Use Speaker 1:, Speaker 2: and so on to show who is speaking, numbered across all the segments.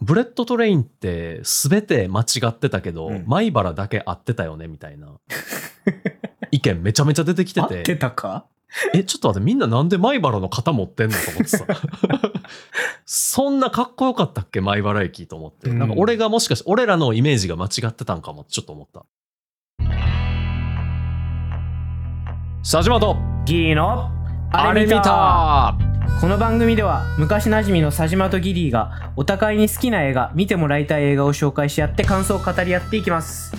Speaker 1: ブレッドトレインって全て間違ってたけど、
Speaker 2: うん
Speaker 1: 米原だけ合ってたよねみたい な意見めちゃめちゃ出てきて
Speaker 2: 合
Speaker 1: て
Speaker 2: ってたか
Speaker 1: えちょっと待ってみんななんで米原の型持ってんのと思ってさ そんなかっこよかったっけ米原駅と思って、
Speaker 2: うん
Speaker 1: なんか俺がもしかして俺らのイメージが間違ってたんかもってちょっと思った佐島と
Speaker 2: ギーの
Speaker 1: あれ見た
Speaker 2: この番組では昔なじみの佐島とギリーがお互いに好きな映画見てもらいたい映画を紹介し合って感想を語り合っていきます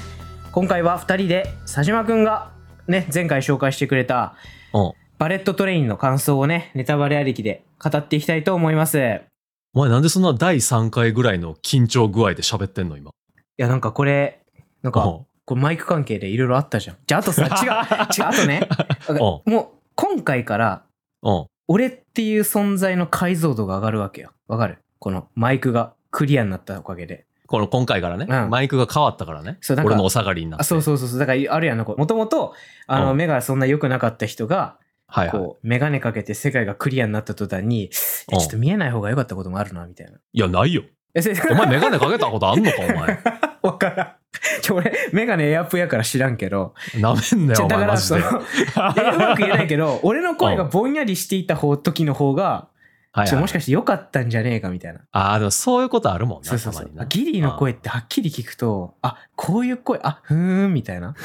Speaker 2: 今回は2人で佐島くんがね前回紹介してくれた
Speaker 1: うん
Speaker 2: バレットトレインの感想をねネタバレありきで語っていきたいと思いますい
Speaker 1: お前なんでそんな第3回ぐらいの緊張具合で喋ってんの今
Speaker 2: やなんかこれなんか
Speaker 1: うん
Speaker 2: これマイク関係でいろいろあったじゃんじゃああとさ違う違うあと ね
Speaker 1: ん
Speaker 2: もう今回から
Speaker 1: うん
Speaker 2: 俺っていう存在の解像度が上がるわけよ。わかるこのマイクがクリアになったおかげで。
Speaker 1: この今回からね、
Speaker 2: うん
Speaker 1: マイクが変わったからね
Speaker 2: そうなんか
Speaker 1: 俺のお下がりになって
Speaker 2: あ、そうそうそうそう。だから、あるやんな、こう。もともと、あの、
Speaker 1: うん
Speaker 2: 目がそんな良くなかった人が、
Speaker 1: はいはい
Speaker 2: こう、メガネかけて世界がクリアになった途端に、えち
Speaker 1: うん
Speaker 2: ょっと見えない方が良かったこともあるな、みたいな。
Speaker 1: いやないよ
Speaker 2: え、それ、
Speaker 1: お前メガネかけたことあんのかお前
Speaker 2: わからん。ちょ、俺、メガネエアプやから知らんけど。
Speaker 1: なめんな
Speaker 2: ち
Speaker 1: よ
Speaker 2: ょ
Speaker 1: お
Speaker 2: だ
Speaker 1: 前
Speaker 2: から、
Speaker 1: マジ
Speaker 2: そ
Speaker 1: で
Speaker 2: の、えうまく言えないけど、俺の声がぼんやりしていた方、時の方が、
Speaker 1: はい
Speaker 2: ち
Speaker 1: はい
Speaker 2: ょ、もしかして良かったんじゃねえか、みたいな。
Speaker 1: ああ、でもそういうことあるもんな、
Speaker 2: そうそ
Speaker 1: た
Speaker 2: うそ
Speaker 1: ま
Speaker 2: う
Speaker 1: にな。
Speaker 2: ギリーの声ってはっきり聞くとあこういう声あふーんみ たいな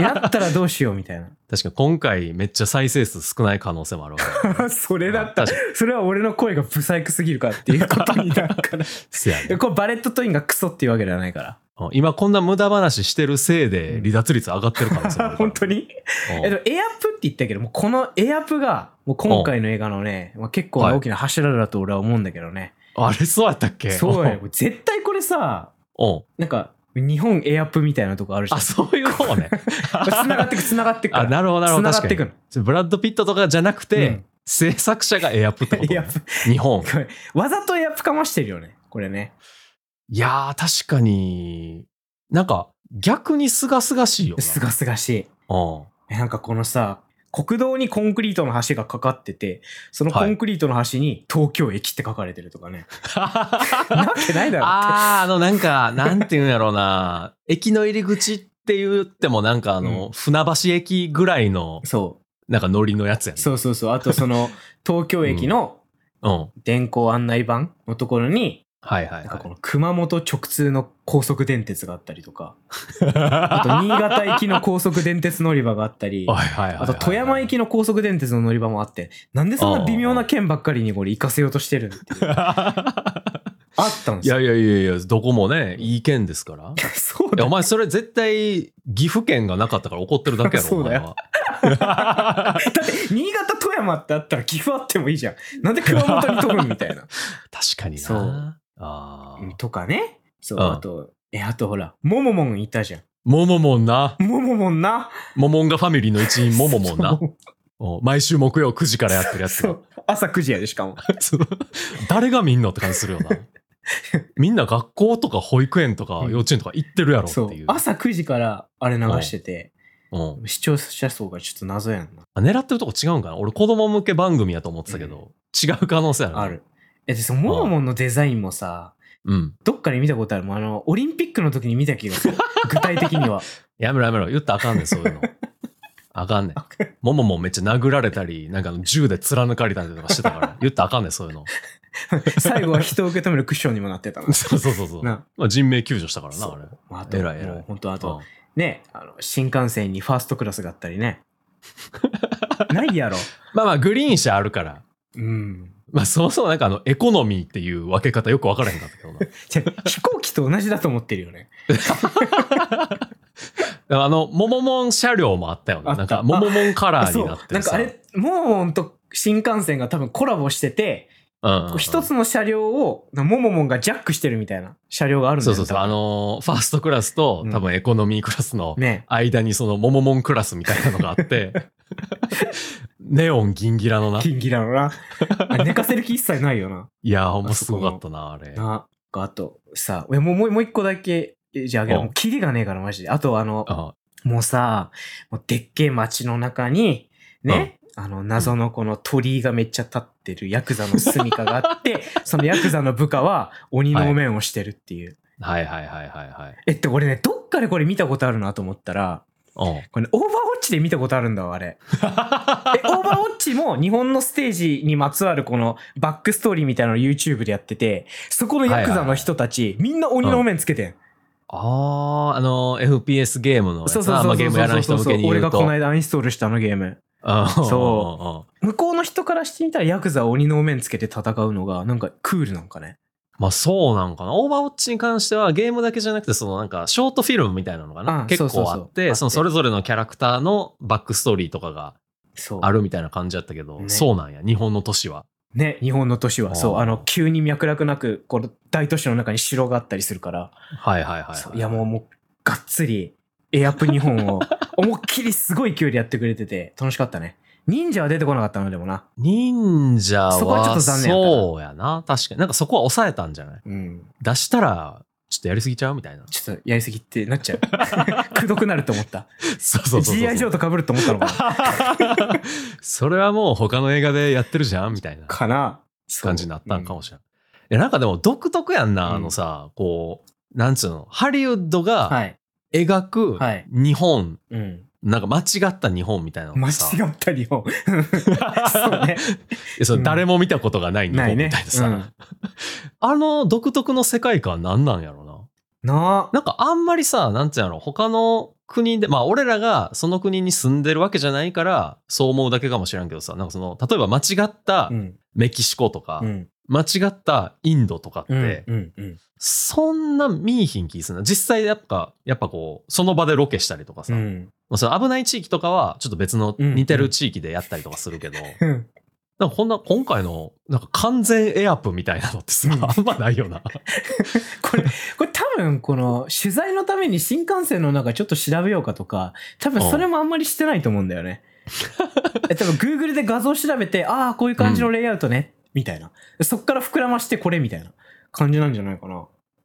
Speaker 2: やったらどうしようみたいな
Speaker 1: 確かに今回めっちゃ再生数少ない可能性もあるわ けだね。
Speaker 2: それだった
Speaker 1: 確かに
Speaker 2: それは俺の声が不細工すぎるかっていうことになるから
Speaker 1: せやね
Speaker 2: これバレットトインがクソっていうわけではないから
Speaker 1: うん今こんな無駄話してるせいで離脱率上がってる可能性 もあるから
Speaker 2: 本当に
Speaker 1: うん
Speaker 2: えでもエアプって言ったけどもうこのエアプがもう今回の映画のね、まあ、結構な大きな柱だと俺は思うんだけどね、
Speaker 1: あれそうやったっけ
Speaker 2: そ うやねこれ絶対これさ
Speaker 1: うんうん
Speaker 2: なんか日本エアプみたいなとこあるじゃん
Speaker 1: あ、そういう方 ね。
Speaker 2: つながってくつながってくか
Speaker 1: あ、
Speaker 2: ら
Speaker 1: なるほど、なるほど。
Speaker 2: つなが
Speaker 1: 確
Speaker 2: っ
Speaker 1: か
Speaker 2: てく
Speaker 1: に。
Speaker 2: の
Speaker 1: ブラッド・ピットとかじゃなくて、
Speaker 2: うん
Speaker 1: 制作者がエアップってこと、
Speaker 2: エアプ
Speaker 1: 日本。
Speaker 2: これわざとエアップかましてるよねこれね
Speaker 1: いやー、確かに、なんか逆にすがすがしいよな。
Speaker 2: すがすがしい
Speaker 1: うん
Speaker 2: えなんかこのさ国道にコンクリートの橋がかかっててそのコンクリートの橋に「東京駅」って書かれてると かね、なわけないだろって
Speaker 1: あー、あの、なんか、なんていうんやろうな。駅の入り口って言っても、なんかあの、船橋駅ぐらいの、
Speaker 2: そ
Speaker 1: なんか乗りのやつや
Speaker 2: う
Speaker 1: ね。
Speaker 2: そうそうそうあとその東京駅の
Speaker 1: うん。
Speaker 2: 電光案内板のところに、
Speaker 1: はいはい
Speaker 2: なんかこ
Speaker 1: は
Speaker 2: の熊本直通の高速電鉄があったりと か、
Speaker 1: い。あ、
Speaker 2: あと新潟行きの高速電鉄乗り場があったり
Speaker 1: はいはいはいはい。
Speaker 2: あと富山行きの高速電鉄の乗り場もあって、なんでそんな微妙な県ばっかりにこれ行かせようとしてるのっていうあったんで
Speaker 1: い
Speaker 2: す
Speaker 1: や
Speaker 2: よ。
Speaker 1: いやいやいや、どこもね、いい県ですから。い
Speaker 2: そうだ
Speaker 1: や、お前それ絶対、岐阜県がなかったから怒ってるだけやろ、
Speaker 2: そ
Speaker 1: お
Speaker 2: うだ
Speaker 1: 前
Speaker 2: よ
Speaker 1: は。
Speaker 2: だって、新潟、富山ってあったら岐阜あってもいいじゃん。なんで熊本に飛ぶんみたい な。
Speaker 1: 確かにな。
Speaker 2: そう
Speaker 1: ああ。
Speaker 2: とかね。そう、
Speaker 1: うん
Speaker 2: あと、え、あとほら、もももんいたじゃ
Speaker 1: もももんな。
Speaker 2: ん。もももんな。
Speaker 1: ももんがファミリーの一 員もももんな
Speaker 2: そ。う
Speaker 1: うん毎週木曜9時からやってるやつ
Speaker 2: そ
Speaker 1: が。
Speaker 2: う。朝9時やで、しかも。
Speaker 1: そう誰が見んのって感じするよな。 みんな学校とか保育園とか
Speaker 2: うん
Speaker 1: 幼稚園とか行ってるやろって
Speaker 2: そう
Speaker 1: いう。。
Speaker 2: 朝9時からあれ流してて、
Speaker 1: うん
Speaker 2: 視聴者層がちょっと謎やんな。
Speaker 1: あ狙ってるとこ違うんかな俺子供向け番組やと思ってたけど、違う可能性ある。
Speaker 2: あ。る。え、で、そのもももんのデザインもさ、
Speaker 1: うん。
Speaker 2: どっかで見たことあるもんあの、オリンピックの時に見た気がす る。具体的には。
Speaker 1: やめろやめろ。言ったらあかんねん、そういうの。あかんねん
Speaker 2: あかん。
Speaker 1: もももめっちゃ殴られたり、なんかあの銃で貫かれたりとかしてたから、言ったらあかんねん、そういうの。。
Speaker 2: 最後は人を受け止めるクッションにもなってたな
Speaker 1: そうそうそうそう。
Speaker 2: な
Speaker 1: まあ、人命救助したから
Speaker 2: そ
Speaker 1: な、
Speaker 2: う
Speaker 1: あれ。
Speaker 2: まああと、
Speaker 1: 偉い偉い
Speaker 2: もう本当あと、
Speaker 1: うん
Speaker 2: ね、あの、新幹線にファーストクラスがあった りね。ないやろ。
Speaker 1: まあまあ、グリーン車あるから。
Speaker 2: うん。
Speaker 1: まあ、そもそもなんかあの、エコノミーっていう分け方よく分からへんかったけ どな。
Speaker 2: じゃあ飛行機と同じだと思ってるよね。
Speaker 1: あの、もももん車両もあったよ
Speaker 2: あ
Speaker 1: ね。
Speaker 2: っ
Speaker 1: なんか、
Speaker 2: た
Speaker 1: もももんカラー
Speaker 2: そ
Speaker 1: に
Speaker 2: う。
Speaker 1: な
Speaker 2: な
Speaker 1: って
Speaker 2: ん
Speaker 1: さ。
Speaker 2: かあれ、モーモンと新幹線が多分コラボしてて、
Speaker 1: うんうんうん
Speaker 2: 一つの車両を、なモモモンがジャックしてるみたいな車両があるんだ
Speaker 1: そう
Speaker 2: よ
Speaker 1: そうそう。あ
Speaker 2: 多
Speaker 1: のー、ファーストクラスと
Speaker 2: う、ん
Speaker 1: 多分エコノミークラスの
Speaker 2: 分ね。
Speaker 1: 間にその、もももんクラスみたいなのがあ って、ネオン銀ギラのな。い
Speaker 2: 金ギラ のな。あ寝かせる気一切ないよな。
Speaker 1: やー、ほんますごかったな、あれ。
Speaker 2: な、あと、さ、俺もう、もうもう一個だけ、えじゃああげる。
Speaker 1: うん
Speaker 2: もうキリがねえから、マジで。あと、あの、
Speaker 1: あ
Speaker 2: もうさ、もうでっけえ街の中に、ね、あの、謎のこの鳥居がめっちゃ立ってるヤクザの住処があ って、そのヤクザの部下は鬼のお面をしてるっていう。
Speaker 1: はいはいはいはいはい。
Speaker 2: えっと、俺ね、どっかでこれ見たことあるなと思ったら、
Speaker 1: お う
Speaker 2: これね、オーバーウォッチで見たことあるんだわ、あれ。え、オーバーウォッチも日本のステージにまつわるこのバックストーリーみたいなのを YouTube でやってて、そこのヤクザの人たち、みんな鬼のお面つけてん。
Speaker 1: ああ、あの、FPS ゲームのやつ
Speaker 2: そうそう
Speaker 1: な
Speaker 2: そう
Speaker 1: ま
Speaker 2: そ
Speaker 1: あ
Speaker 2: う。
Speaker 1: ゲームやらない人向けに言
Speaker 2: 俺
Speaker 1: うと。
Speaker 2: がこの間アインストールしたあのゲーム。そ
Speaker 1: そ
Speaker 2: 向こうの人からしてみたらヤクザは鬼のお面つけて戦うのがなんかクールなんかね。
Speaker 1: う。まあそうなんかな。オーバーウォッチに関してはゲームだけじゃなくて、そのなんかショートフィルムみたいなのか
Speaker 2: う
Speaker 1: な。
Speaker 2: ん
Speaker 1: 結
Speaker 2: そうそう
Speaker 1: 構
Speaker 2: そ
Speaker 1: あ
Speaker 2: う
Speaker 1: って、そのそれぞれのキャラクターのバックストーリーとかが
Speaker 2: そう。
Speaker 1: あるみたいな感じだったけど、
Speaker 2: ね
Speaker 1: そうなんや。日本の都市は。
Speaker 2: ね、日本の都市
Speaker 1: あ
Speaker 2: は。
Speaker 1: ー
Speaker 2: そう。あの、急に脈絡なく、この大都市の中に城があったりするから。
Speaker 1: はいはいはい、
Speaker 2: そ
Speaker 1: は
Speaker 2: う
Speaker 1: い。
Speaker 2: いやもう、もう、がっつり、エアップ日本 を、思いっきりすごい勢いでやってくれてて、楽しかったね。忍者は出てこなかったのでもな。
Speaker 1: 忍者は、
Speaker 2: そこはちょっと残念やったな
Speaker 1: そうやな。確かに。なんかそこは抑えたんじゃない
Speaker 2: うん。。
Speaker 1: 出したら、ちょっとやりすぎちゃうみたいな
Speaker 2: ちょっとやりすぎってなっちゃう。 くどくなると思った。
Speaker 1: そうそうそうそう。
Speaker 2: GI 上と被ると思ったのかな。
Speaker 1: それはもう他の映画でやってるじゃんみたいな
Speaker 2: かな
Speaker 1: 感じになったんかも
Speaker 2: し
Speaker 1: しれない。えなんかでも独特やんな、
Speaker 2: うん
Speaker 1: あのさ、こう、なんつうの、ハリウッドが
Speaker 2: はい。
Speaker 1: 描く
Speaker 2: はい
Speaker 1: 日本、
Speaker 2: うん。
Speaker 1: なんか間違った日本みたいなの
Speaker 2: 間違
Speaker 1: さ
Speaker 2: った日本。 そうね。
Speaker 1: えそう
Speaker 2: うん
Speaker 1: 誰 も見たことがない日
Speaker 2: な
Speaker 1: 本
Speaker 2: い
Speaker 1: み
Speaker 2: ね
Speaker 1: たいな。さ、
Speaker 2: うん
Speaker 1: あの独特の世界観なんなんやろな。
Speaker 2: なあ。
Speaker 1: なんかあんまりさ、なんていうの、他の国で、まあ俺らがその国に住んでるわけじゃないから、そう思うだけかもしれんけどさ、なんかその、例えば間違った
Speaker 2: うん。
Speaker 1: メキシコとか、
Speaker 2: うん。
Speaker 1: 間違ったインドとかって、
Speaker 2: うん。うん。うん
Speaker 1: そんな見いひん気するな。実際やっぱ、やっぱこう、その場でロケしたりとかさ、
Speaker 2: う
Speaker 1: ま
Speaker 2: ん。
Speaker 1: あその危ない地域とかは、ちょっと別の
Speaker 2: うん
Speaker 1: 似てる地域でやったりとかする けど、
Speaker 2: うん
Speaker 1: なんかこんな、今回の、なんか完全エアプみたいなのってさ、
Speaker 2: うん
Speaker 1: あんまないよな。
Speaker 2: これ、これ多分この取材のために新幹線の中ちょっと調べようかとか、多分それもあんまりしてないと思うんだよね。え多分 Google で画像調べて、ああ、こういう感じのレイアウトね、みたいな。そっから膨らましてこれみたいな感じなんじゃないかな。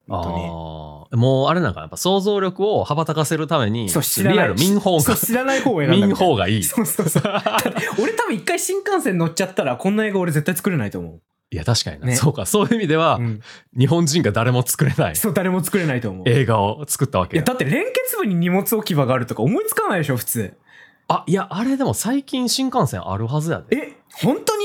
Speaker 1: あ
Speaker 2: 本
Speaker 1: ーもうあれなんかなやっぱ想像力を羽ばたかせるために、
Speaker 2: そう知らない
Speaker 1: リアル民
Speaker 2: 当
Speaker 1: 放
Speaker 2: に。そ
Speaker 1: が
Speaker 2: う、、知らない方を選んだみたい
Speaker 1: 民
Speaker 2: な。
Speaker 1: 放がいい。
Speaker 2: そうそうそう。だって俺多分一回新幹線乗っちゃったら、こんな映画俺絶対作れないと思う。
Speaker 1: いや、確かにな、
Speaker 2: ね
Speaker 1: そうか、そういう意味では、
Speaker 2: うん、
Speaker 1: 日本人が誰も作れない
Speaker 2: そう、誰も作れないと思う。
Speaker 1: 映画を作ったわ
Speaker 2: い
Speaker 1: け
Speaker 2: や、
Speaker 1: や。
Speaker 2: だって連結部に荷物置き場があるとか思いつかないでしょ、普通。
Speaker 1: あ、いや、あれでも最近新幹線あるはずやで。
Speaker 2: え、本当に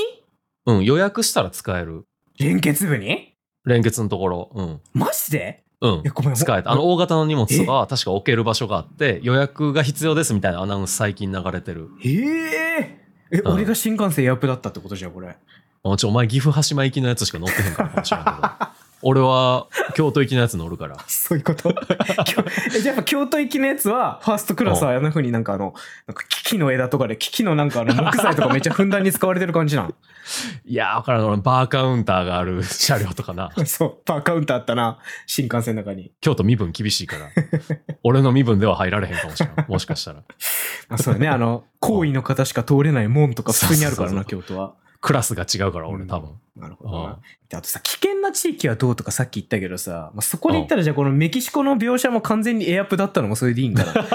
Speaker 1: うん、予約したら使える。
Speaker 2: 連結部に
Speaker 1: 連結のところ、うん。
Speaker 2: マジで
Speaker 1: うん
Speaker 2: いや、。ごめん。
Speaker 1: 使えた。あの、大型の荷物とかは確か置ける場所があって、予約が必要ですみたいなアナウンス最近流れてる。
Speaker 2: えええ、
Speaker 1: うん
Speaker 2: 俺が新幹線エアプだったってことじゃん、これ。
Speaker 1: あちょ、お前岐阜羽島行きのやつしか乗ってへんからかもしれ んけど。俺は京都行きのやつ乗るから。
Speaker 2: そういうこと きょえじゃあやっぱ京都行きのやつは、ファーストクラスはあんな風になんかあの、なんか木々の枝とかで、木々のなんか あの木材とかめっちゃふんだんに使われてる感じなん。
Speaker 1: いやー、わからん。俺、バーカウンターがある車両とかな。
Speaker 2: そう、パーカウンターあったな、新幹線の中に。
Speaker 1: 京都身分厳しいから。 俺の身分では入られへんかもしれん。もしかしたら。
Speaker 2: あそうだね、あの、行為の方しか通れない門とか普通にあるから
Speaker 1: そう
Speaker 2: な、
Speaker 1: そう
Speaker 2: 京都は。
Speaker 1: クラスが違うから、俺多分。
Speaker 2: なるほど
Speaker 1: ああ
Speaker 2: な。であとさ、危険な地域はどうとかさっき言ったけどさ、まあ、そこで言ったらじゃあこのメキシコの描写も完全にエアプだったのもそれでいいんかな。どう考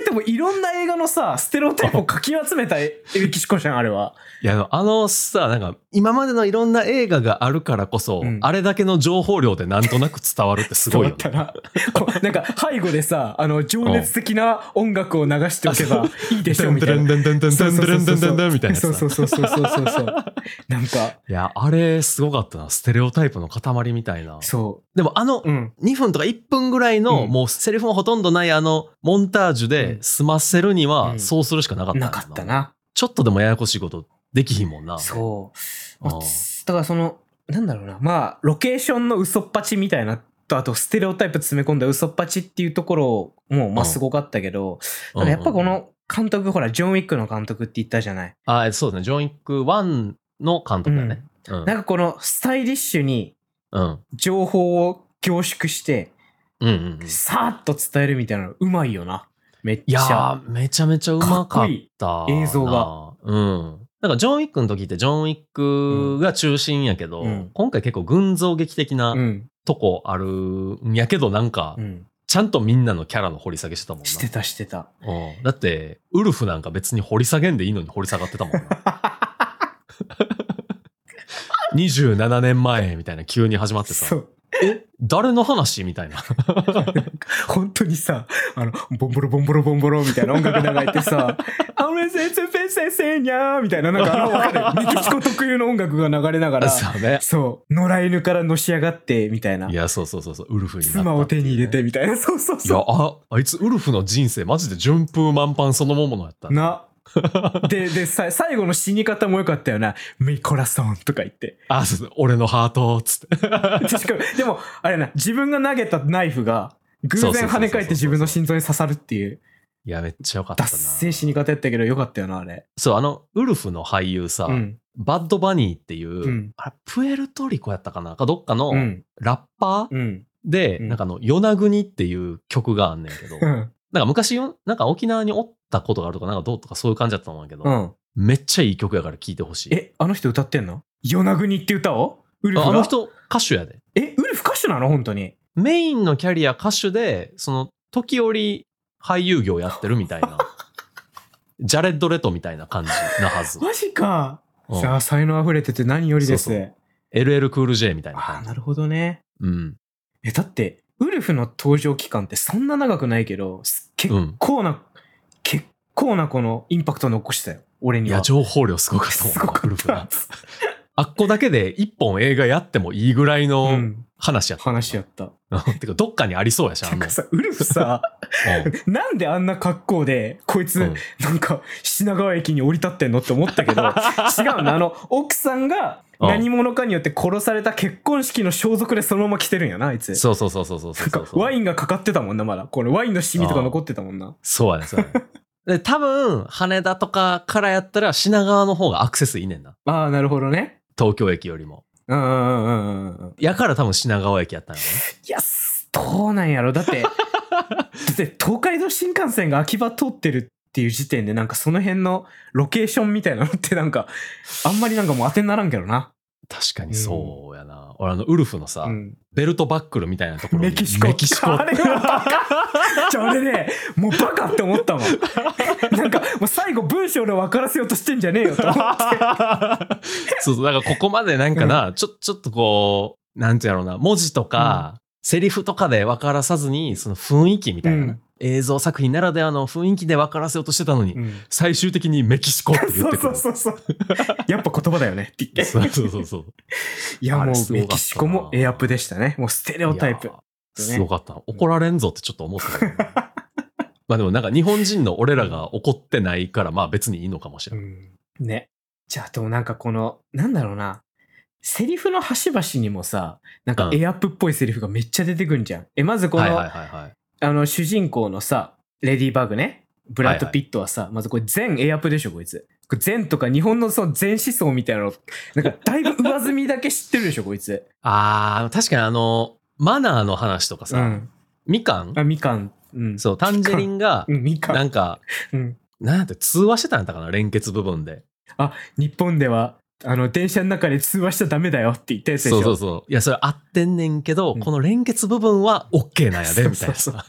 Speaker 2: えてもいろんな映画のさ、ステレオタイプをかき集めたえメキシコじゃん、あれは。
Speaker 1: いや、あのさ、なんか、今までのいろんな映画があるからこそ、
Speaker 2: うん
Speaker 1: あれだけの情報量でなんとなく伝わるってすごいよ、ね。
Speaker 2: 伝わったな。こうなんか背後でさ、あの、情熱的な音楽を流しておけばいいでしょ、みたいな。
Speaker 1: ドゥンドゥンドゥンドゥンドゥンドゥンドゥンドゥンみたいな
Speaker 2: そう
Speaker 1: さ
Speaker 2: そうそうそうそうそうそう。なんか、
Speaker 1: いや、あれ、すごかったな。ステレオタイプの塊みたいな。
Speaker 2: そ
Speaker 1: でも、あの
Speaker 2: う。、うん。
Speaker 1: 2分とか1分ぐらいの、
Speaker 2: うん
Speaker 1: もうセリフもほとんどないあの、モンタージュで
Speaker 2: うん
Speaker 1: 済ませるに
Speaker 2: う
Speaker 1: は、
Speaker 2: ん
Speaker 1: そうするしかなかったんだ
Speaker 2: なかった。な。
Speaker 1: ちょっとでもややこしいことできひんもんな。
Speaker 2: そう。
Speaker 1: あ
Speaker 2: まあつだからその、なんだろうな。まあ、ロケーションの嘘っぱちみたいなと、あとステレオタイプ詰め込んだ嘘っぱちっていうところも、まあ
Speaker 1: うん
Speaker 2: すごかったけど、
Speaker 1: うん
Speaker 2: ただやっぱこ、の監督、ほら、ジョン・ウィックの監督って言ったじゃない。
Speaker 1: あえそうですね。ジョン・イック1の監督だね。うん。
Speaker 2: なんかこのスタイリッシュに
Speaker 1: うん。
Speaker 2: 情報を凝縮して、
Speaker 1: うんうんうん。い
Speaker 2: さーっと伝えるみたいなのうまいよな。めっち
Speaker 1: や
Speaker 2: ゃ。
Speaker 1: ー、めちゃめちゃうま
Speaker 2: かっ
Speaker 1: か
Speaker 2: こ
Speaker 1: っ
Speaker 2: いい
Speaker 1: た。
Speaker 2: 映像が。
Speaker 1: うん。なんか、ジョン・ウィックの時って、ジョン・ウィックが中心やけど、
Speaker 2: うん
Speaker 1: 今回結構群像劇的な
Speaker 2: うん。
Speaker 1: とこあるんやけど、なんか
Speaker 2: う、ん。
Speaker 1: ちゃんとみんなのキャラの掘り下げしてたもん
Speaker 2: してたし てた
Speaker 1: な。うん、だって、ウルフなんか別に掘り下げんでいいのに掘り下がってたもんな。27年前みたいな急に始まって
Speaker 2: そ
Speaker 1: さ、
Speaker 2: う
Speaker 1: 誰の話みたいな。
Speaker 2: 本当にさ、あの、ボンボロボンボロボンボロみたいな音楽流れてさ、アムレセツペセセニャーみたいな、なんかあの、わかるメキシコ特有の音楽が流れ ながら、
Speaker 1: そうね。。
Speaker 2: そう、野良犬からのし上がって、みたいない
Speaker 1: や、そうそうそうそう、ウルフになったっていうね
Speaker 2: 妻を手に入れて、みたいな。そうそう
Speaker 1: いや
Speaker 2: そ
Speaker 1: ああいつウルフの人生マジで順風満帆そのものやった
Speaker 2: う。な。で、で、さ最後の死に方も良かったよな。ミコラソンとか言って。
Speaker 1: あそうそう俺のハートつって
Speaker 2: 確かでも、あれな、自分が投げたナイフが、偶
Speaker 1: そうそうそうそう
Speaker 2: 然
Speaker 1: そう
Speaker 2: 跳ね返って自分の心臓に刺さるっていう、
Speaker 1: いやめっちゃよかったな
Speaker 2: 脱線死に方やったけど良かったよな、あれ。
Speaker 1: そうあのウルフの俳優さ、
Speaker 2: うん。
Speaker 1: バッドバニーっていう、
Speaker 2: うん
Speaker 1: あれプエルトリコやったかなかどっかの
Speaker 2: うん。
Speaker 1: ラッパー
Speaker 2: うん。
Speaker 1: で、
Speaker 2: うん
Speaker 1: なんかあの「与那国」っていう曲があんねんけど、
Speaker 2: うん。
Speaker 1: なんか昔よなんか沖縄におったことがあるとかなんかどうとかそういう感じだったと思うんやけど、
Speaker 2: うん。
Speaker 1: めっちゃいい曲やから聴いてほしい
Speaker 2: え、あの人歌ってんの与那国って歌をウル
Speaker 1: あ
Speaker 2: フが
Speaker 1: あの人歌手やで
Speaker 2: え、ウルフ歌手なの本当に。
Speaker 1: メインのキャリア歌手で、その、時折俳優業やってるみたい な。ジャレッド・レトみたいな感じなは ず。
Speaker 2: マジか。
Speaker 1: うん
Speaker 2: さあ、才能溢れてて何よりです。
Speaker 1: そうそ LL クール J みたいな
Speaker 2: ああ、
Speaker 1: 感じ
Speaker 2: な。るほどね。
Speaker 1: うん。
Speaker 2: え、だって、ウルフの登場期間ってそんな長くないけど、す結構な、結構なこのインパクト残してたよ。俺
Speaker 1: い
Speaker 2: には。
Speaker 1: や、情報量すごかったもん
Speaker 2: すご
Speaker 1: な、ウル
Speaker 2: かっ
Speaker 1: フな
Speaker 2: た。。
Speaker 1: あっこだけで一本映画やってもいいぐらいうの
Speaker 2: ん。
Speaker 1: 話やった。
Speaker 2: 話やった。
Speaker 1: てか、どっかにありそうやし、あ
Speaker 2: なん
Speaker 1: の
Speaker 2: か。さ、ウルフさ、 なんであんな格好で、こいつ、
Speaker 1: うん
Speaker 2: なんか品川駅に降り立ってんのって思ったけ ど違うのあの奥さんが
Speaker 1: うん
Speaker 2: 何者かによって殺された結婚式の装束でそのまま着てるんやなあいつ
Speaker 1: そうそうそうそうそう
Speaker 2: な
Speaker 1: そ
Speaker 2: ん
Speaker 1: うそ
Speaker 2: か
Speaker 1: うそう。
Speaker 2: ワインがかかってたもんなまだこのワインのシミとか残ってたもんな
Speaker 1: そうやね、そうやね。で、多分、羽田とかからやったら品川の方がアクセスいいねんな。
Speaker 2: ああなるほどね
Speaker 1: 東京駅よりも。
Speaker 2: うんうんうんうんうん
Speaker 1: やから多分品川駅やったんやろね。
Speaker 2: いやすどうなんやろだって だって東海道新幹線が秋葉通ってるっていう時点でなんかその辺のロケーションみたいなのってなんかあんまりなんかもう当てにならんけどな、
Speaker 1: 確かにそうやな。俺あの、ウルフのさ、
Speaker 2: うん、
Speaker 1: ベルトバックルみたいなところに
Speaker 2: メキシコ。
Speaker 1: メキ シコ
Speaker 2: あれはバカ。じゃあ俺ね、もうバカって思ったもん。なんか、もう最後文章で分からせようとしてんじゃねえよと思って。
Speaker 1: そうそう、だからここまでなんかな、ちょ、ちょっとこう、なんていうやろうな、文字とか、セリフとかで分からさずに、その雰囲気みたいなな、
Speaker 2: うん
Speaker 1: 映像作品ならではの雰囲気で分からせようとしてたのに、最終的にメキシコって言っ
Speaker 2: そう
Speaker 1: てく
Speaker 2: そ
Speaker 1: る。
Speaker 2: うそうそう。やっぱ言葉だよねって言って。
Speaker 1: そうそうそうそう。
Speaker 2: いや
Speaker 1: あれ
Speaker 2: も
Speaker 1: す
Speaker 2: う
Speaker 1: ごか
Speaker 2: メ
Speaker 1: ったな
Speaker 2: キシコもエアプでしたね。もうステレオタイ
Speaker 1: い
Speaker 2: プ
Speaker 1: や。ーすごかったな。怒られんぞってちょっと思ってたけどね。まあでもなんか日本人の俺らが怒ってないから、まあ別にいいのかもしれない。
Speaker 2: うんね。じゃあでもなんかこの、なんだろうな。セリフの端々にもさ、なんかエアプっぽいセリフがめっちゃ出てくんじゃん。え、まずこ
Speaker 1: はい
Speaker 2: の
Speaker 1: はい、はいはい。
Speaker 2: あの、主人公のさ、レディーバグね、ブラッド・ピットはさ、まずこれ全エアプでしょ、こいつ。これ全とか日本のその全思想みたいなの、なんかだいぶ上積みだけ知ってるでしょ、こいつ。
Speaker 1: ああ、確かにあの、マナーの話とか
Speaker 2: う
Speaker 1: さ、
Speaker 2: ん。
Speaker 1: みかん
Speaker 2: あ、みかん。うん。
Speaker 1: そう、タンジェリンが
Speaker 2: う、ん。みか。
Speaker 1: なんんか、
Speaker 2: うん。
Speaker 1: なんて通話してたんだったかな、連結部分で。
Speaker 2: 日本では、あの、電車の中で通話しちゃダメだよって言ったやつでしょ。
Speaker 1: そうそうそう。いや、それ合ってんねんけど、
Speaker 2: うん
Speaker 1: この連結部分は OK なんやで、みたいな
Speaker 2: そう
Speaker 1: さ。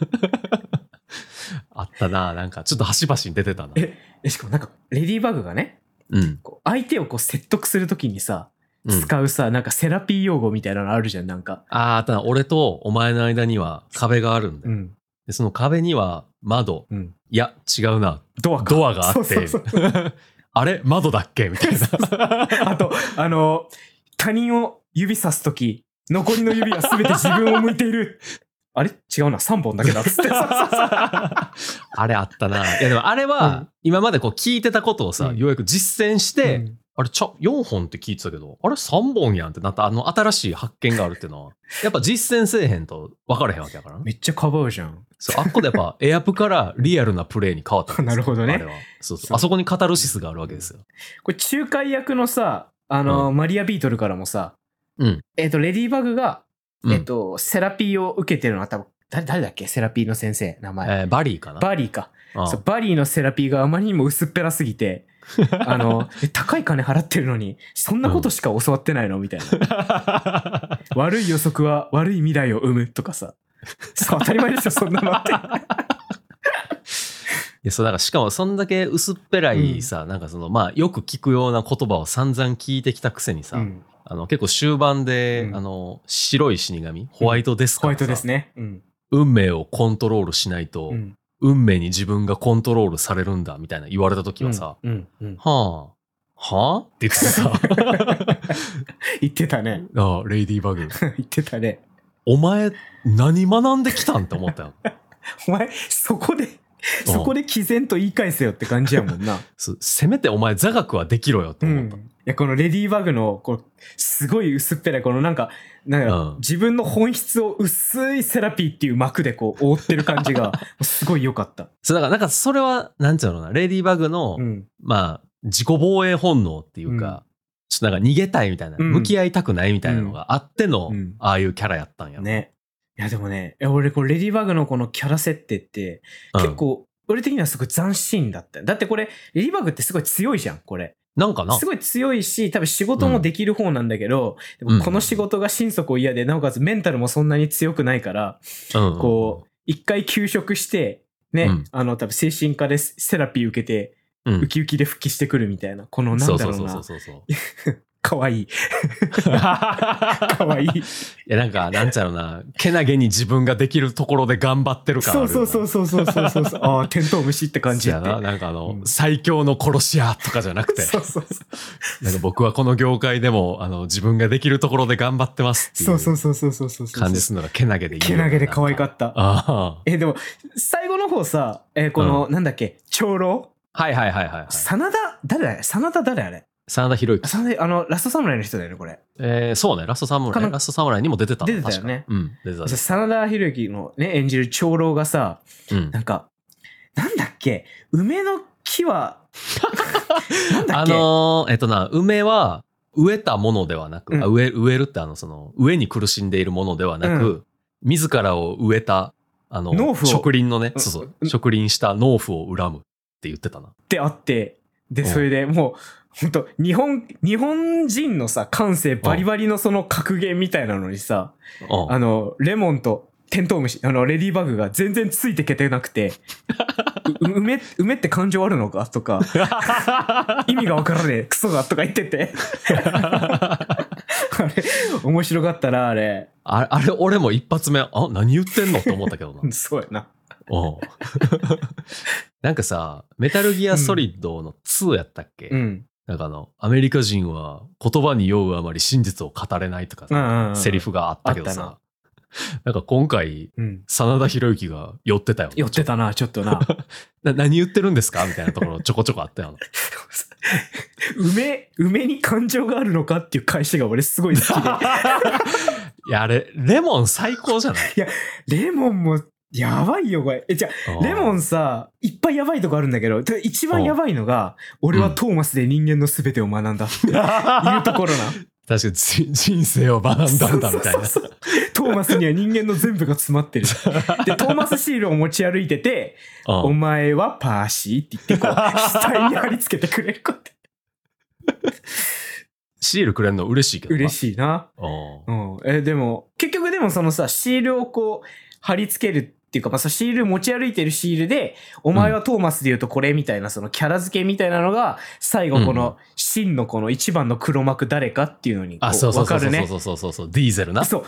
Speaker 1: あったな、なんか、ちょっと端々に出てたな。
Speaker 2: ええしかもなんか、レディーバグがね、
Speaker 1: うん。
Speaker 2: こう相手をこう説得するときにさ、
Speaker 1: うん、
Speaker 2: 使うさ、なんかセラピー用語みたいなのあるじゃん、なんか。
Speaker 1: あーあったな、俺とお前の間には壁があるんだ
Speaker 2: う
Speaker 1: よ。
Speaker 2: ん。
Speaker 1: でその壁には窓。
Speaker 2: うん。
Speaker 1: いや、違うな。
Speaker 2: ドアか。
Speaker 1: ドアがあって。
Speaker 2: そうそうそう
Speaker 1: あれ窓だっけみたい な。
Speaker 2: あと、あの、他人を指さすとき、残りの指はすべて自分を向いている。 あれ違うな、3本だけだっつっ て。そうそうそう
Speaker 1: あれあったな。いやでもあれ
Speaker 2: うん
Speaker 1: は、今までこう聞いてたことをさ、
Speaker 2: うん
Speaker 1: ようやく実践して、
Speaker 2: うん
Speaker 1: あれちゃ、4本って聞いてたけど、あれ3本やんってなった、あの新しい発見があるっていうのは、やっぱ実践せえへんと分からへんわけやからな
Speaker 2: め。っちゃかばうじゃん。
Speaker 1: そう、あっこでやっ ぱエアプからリアルなプレイに変わったんですよ
Speaker 2: なるほどね
Speaker 1: あれは。そうそ
Speaker 2: そ
Speaker 1: う。
Speaker 2: う
Speaker 1: あそこにカタルシスがあるわけですよ。
Speaker 2: これ、仲介役のさ、あの、マリア・ビートルからもさ、
Speaker 1: うん
Speaker 2: えっ、と、レディーバグが、
Speaker 1: うん
Speaker 2: えっ、と、セラピーを受けてるのは多分、誰誰だっけセラピーの先生、名前。
Speaker 1: えーバリーかな。
Speaker 2: バリーか、
Speaker 1: うん
Speaker 2: そうバリーのセラピーがあまりにも薄っぺらすぎてあの え高い金払ってるのにそんなこと しか教わってないのみたいな悪い予測は悪い未来を生むとかさそう当たり前ですよ、そんなのって。
Speaker 1: や、そう、だからしかもそんだけ薄っぺらいさ、なんかその、まあ、よく聞くような言葉を散々聞いてきたくせにさ、
Speaker 2: うん
Speaker 1: あの、結構終盤で、
Speaker 2: うん
Speaker 1: あの、白い死神、ホワイトデスク
Speaker 2: ホ
Speaker 1: か
Speaker 2: ワ
Speaker 1: ら
Speaker 2: イ
Speaker 1: さ
Speaker 2: トですね。うん。
Speaker 1: 運命をコントロールしないと、
Speaker 2: うん
Speaker 1: 運命に自分がコントロールされるんだ、みたいな言われた時はさ、
Speaker 2: うん。うん。
Speaker 1: はあ、はあって言って さ、
Speaker 2: 言ってたね。
Speaker 1: ああレイディーバグ、
Speaker 2: 言ってたね。
Speaker 1: お前、何学んできたんって思 ったよ。
Speaker 2: お前、そこで、そこで毅然と言い返せよって感じやもんな。
Speaker 1: そうせめてお前座学はできろよって
Speaker 2: う
Speaker 1: 思った。
Speaker 2: ん。いや、このレディーバグの、こう、すごい薄っぺらい、このなんか、なんか、
Speaker 1: うん
Speaker 2: 自分の本質を薄いセラピーっていう膜でこう、覆ってる感じ が、すごい良かった。
Speaker 1: そうだからなんかそれは、なんていうのかな、レディーバグの、
Speaker 2: うん。
Speaker 1: まあ、自己防衛本能っていうか、ちょっとなんか逃げたいみたいな、
Speaker 2: うん
Speaker 1: 向き合いたくないみたいなのがあっての、
Speaker 2: うん
Speaker 1: ああいうキャラやったんやろ。
Speaker 2: ね。いや、でもね、いや俺、こう、レディーバグのこのキャラ設定って、
Speaker 1: うん
Speaker 2: 結構、俺的にはすごい斬新だったよ。だってこれ、レディーバグってすごい強いじゃん、これ。
Speaker 1: なんかな
Speaker 2: すごい強いし、多分仕事もできる方なんだけど、
Speaker 1: ん
Speaker 2: でもこの仕事が心底嫌で、なおかつメンタルもそんなに強くないから、
Speaker 1: うん
Speaker 2: こう、一回休職して、ね、
Speaker 1: うん
Speaker 2: あの、多分精神科でセラピー受けて、
Speaker 1: うん、
Speaker 2: ウキウキで復帰してくるみたいな、このなん
Speaker 1: そう
Speaker 2: だ
Speaker 1: そう
Speaker 2: ろう
Speaker 1: そうそ
Speaker 2: な
Speaker 1: う、そうそう。
Speaker 2: かわいい、
Speaker 1: いや
Speaker 2: か わいい。
Speaker 1: なんか、なんちゃろな、けなげに自分ができるところで頑張ってるから。
Speaker 2: そうそうそうそうそうそうそう、 ああ、テントウムシって感
Speaker 1: じ
Speaker 2: じって
Speaker 1: や。な。なんかあの、
Speaker 2: うん
Speaker 1: 最強の殺し屋とかじゃなくて、
Speaker 2: そうそうそう。
Speaker 1: なんか僕はこの業界でも、あの、自分ができるところで頑張ってますってい
Speaker 2: そうそう
Speaker 1: う
Speaker 2: そうそうそうそうそう。
Speaker 1: 感じするのがけなげでいいよ
Speaker 2: けなげで可愛か
Speaker 1: った。
Speaker 2: った。
Speaker 1: あ
Speaker 2: え、でも、最後の方さ、えーこの、なんだっけ、長老
Speaker 1: あ。はいはいはいはい、はい。
Speaker 2: 真田、誰だ真田誰あれ
Speaker 1: 真田広之。
Speaker 2: 真田、あの、ラストサムライの人だよね、これ。
Speaker 1: えー、そうね、ラストサム
Speaker 2: か
Speaker 1: ラ
Speaker 2: な
Speaker 1: イ。ラストサムライにも出てたの
Speaker 2: 出てたよね
Speaker 1: 確かうん、出てた
Speaker 2: そ
Speaker 1: 出
Speaker 2: う
Speaker 1: て
Speaker 2: 真田広之のね、演じる長老がさ、
Speaker 1: た。うん
Speaker 2: なんか、なんだっけ、梅の 木は、なんだ
Speaker 1: あ
Speaker 2: っけ、
Speaker 1: のーえっとな、梅は植えたものではなく、
Speaker 2: うん
Speaker 1: あ植え植えるってあの、その、植えに苦しんでいるものではなく、
Speaker 2: う
Speaker 1: 自らを植えた、あの、
Speaker 2: 農夫を
Speaker 1: 植林のね、
Speaker 2: うん
Speaker 1: そうそうう、
Speaker 2: ん
Speaker 1: 植林した農夫を恨むって言ってたな。
Speaker 2: ってあって、で、
Speaker 1: うん
Speaker 2: それでもう、本当日本、日本人のさ、感性バリバリのその格言みたいなのにさ、
Speaker 1: うん
Speaker 2: あの、レモンとテントウムシ、あの、レディーバグが全然ついてけてな くて、うう梅、梅って感情あるのか とか、意味がわからねえ、クソだとか言っ てて。あれ、面白かったな、あれ。
Speaker 1: ああれ、俺も一発目、あ、何言ってんのって思ったけどな。
Speaker 2: うんそうやな。
Speaker 1: うん なんかさ、メタルギアソリッドの2やったっけ、
Speaker 2: うん。
Speaker 1: なんかあの、アメリカ人は言葉に酔うあまり真実を語れないとかさ、セリ。フがあったけど
Speaker 2: あ
Speaker 1: さ。なんか今回、
Speaker 2: うん。
Speaker 1: 真田広之が寄ってたよ。
Speaker 2: 寄ってたな、ちょっとな。
Speaker 1: な何言ってるんですかみたいなところちょこちょこあったよ。
Speaker 2: 梅、梅に感情があるのかっていう返しが俺すごい好き
Speaker 1: いや、あれ、レモン最高じゃない
Speaker 2: で。 レモンも、やばいよ、これ。え、じゃあ レモ
Speaker 1: うん
Speaker 2: ンさ、いっぱいやばいとこあるんだけど、で一番やばいのが、俺はトーマスで人間の全てを学んだっていうところな。
Speaker 1: 確かにじ人生を学んだんだみたいな。
Speaker 2: そうそうそうトーマスには人間の全部が詰まってる。で、トーマスシールを持ち歩いてて、
Speaker 1: う
Speaker 2: お
Speaker 1: ん
Speaker 2: 前はパーシーって 言って、こう、額に貼り付けてくれること。
Speaker 1: シールくれんの嬉しいけどな。
Speaker 2: 嬉
Speaker 1: い。
Speaker 2: しいな。うん。え、でも、結局でもそのさ、シールをこう、貼り付けるっていうか、まあ、そのシール持ち歩いてるシールで、お前はトーマスで言うとこれみたいな、そのキャラ付けみたいなのが、最後こ
Speaker 1: うん
Speaker 2: の、真のこの一番の黒幕誰かっていうのにこ
Speaker 1: あ、そうそう
Speaker 2: わ
Speaker 1: そ
Speaker 2: か
Speaker 1: うそ
Speaker 2: る
Speaker 1: う
Speaker 2: ね。
Speaker 1: そうそうそうそう、ディーゼルな。
Speaker 2: そう。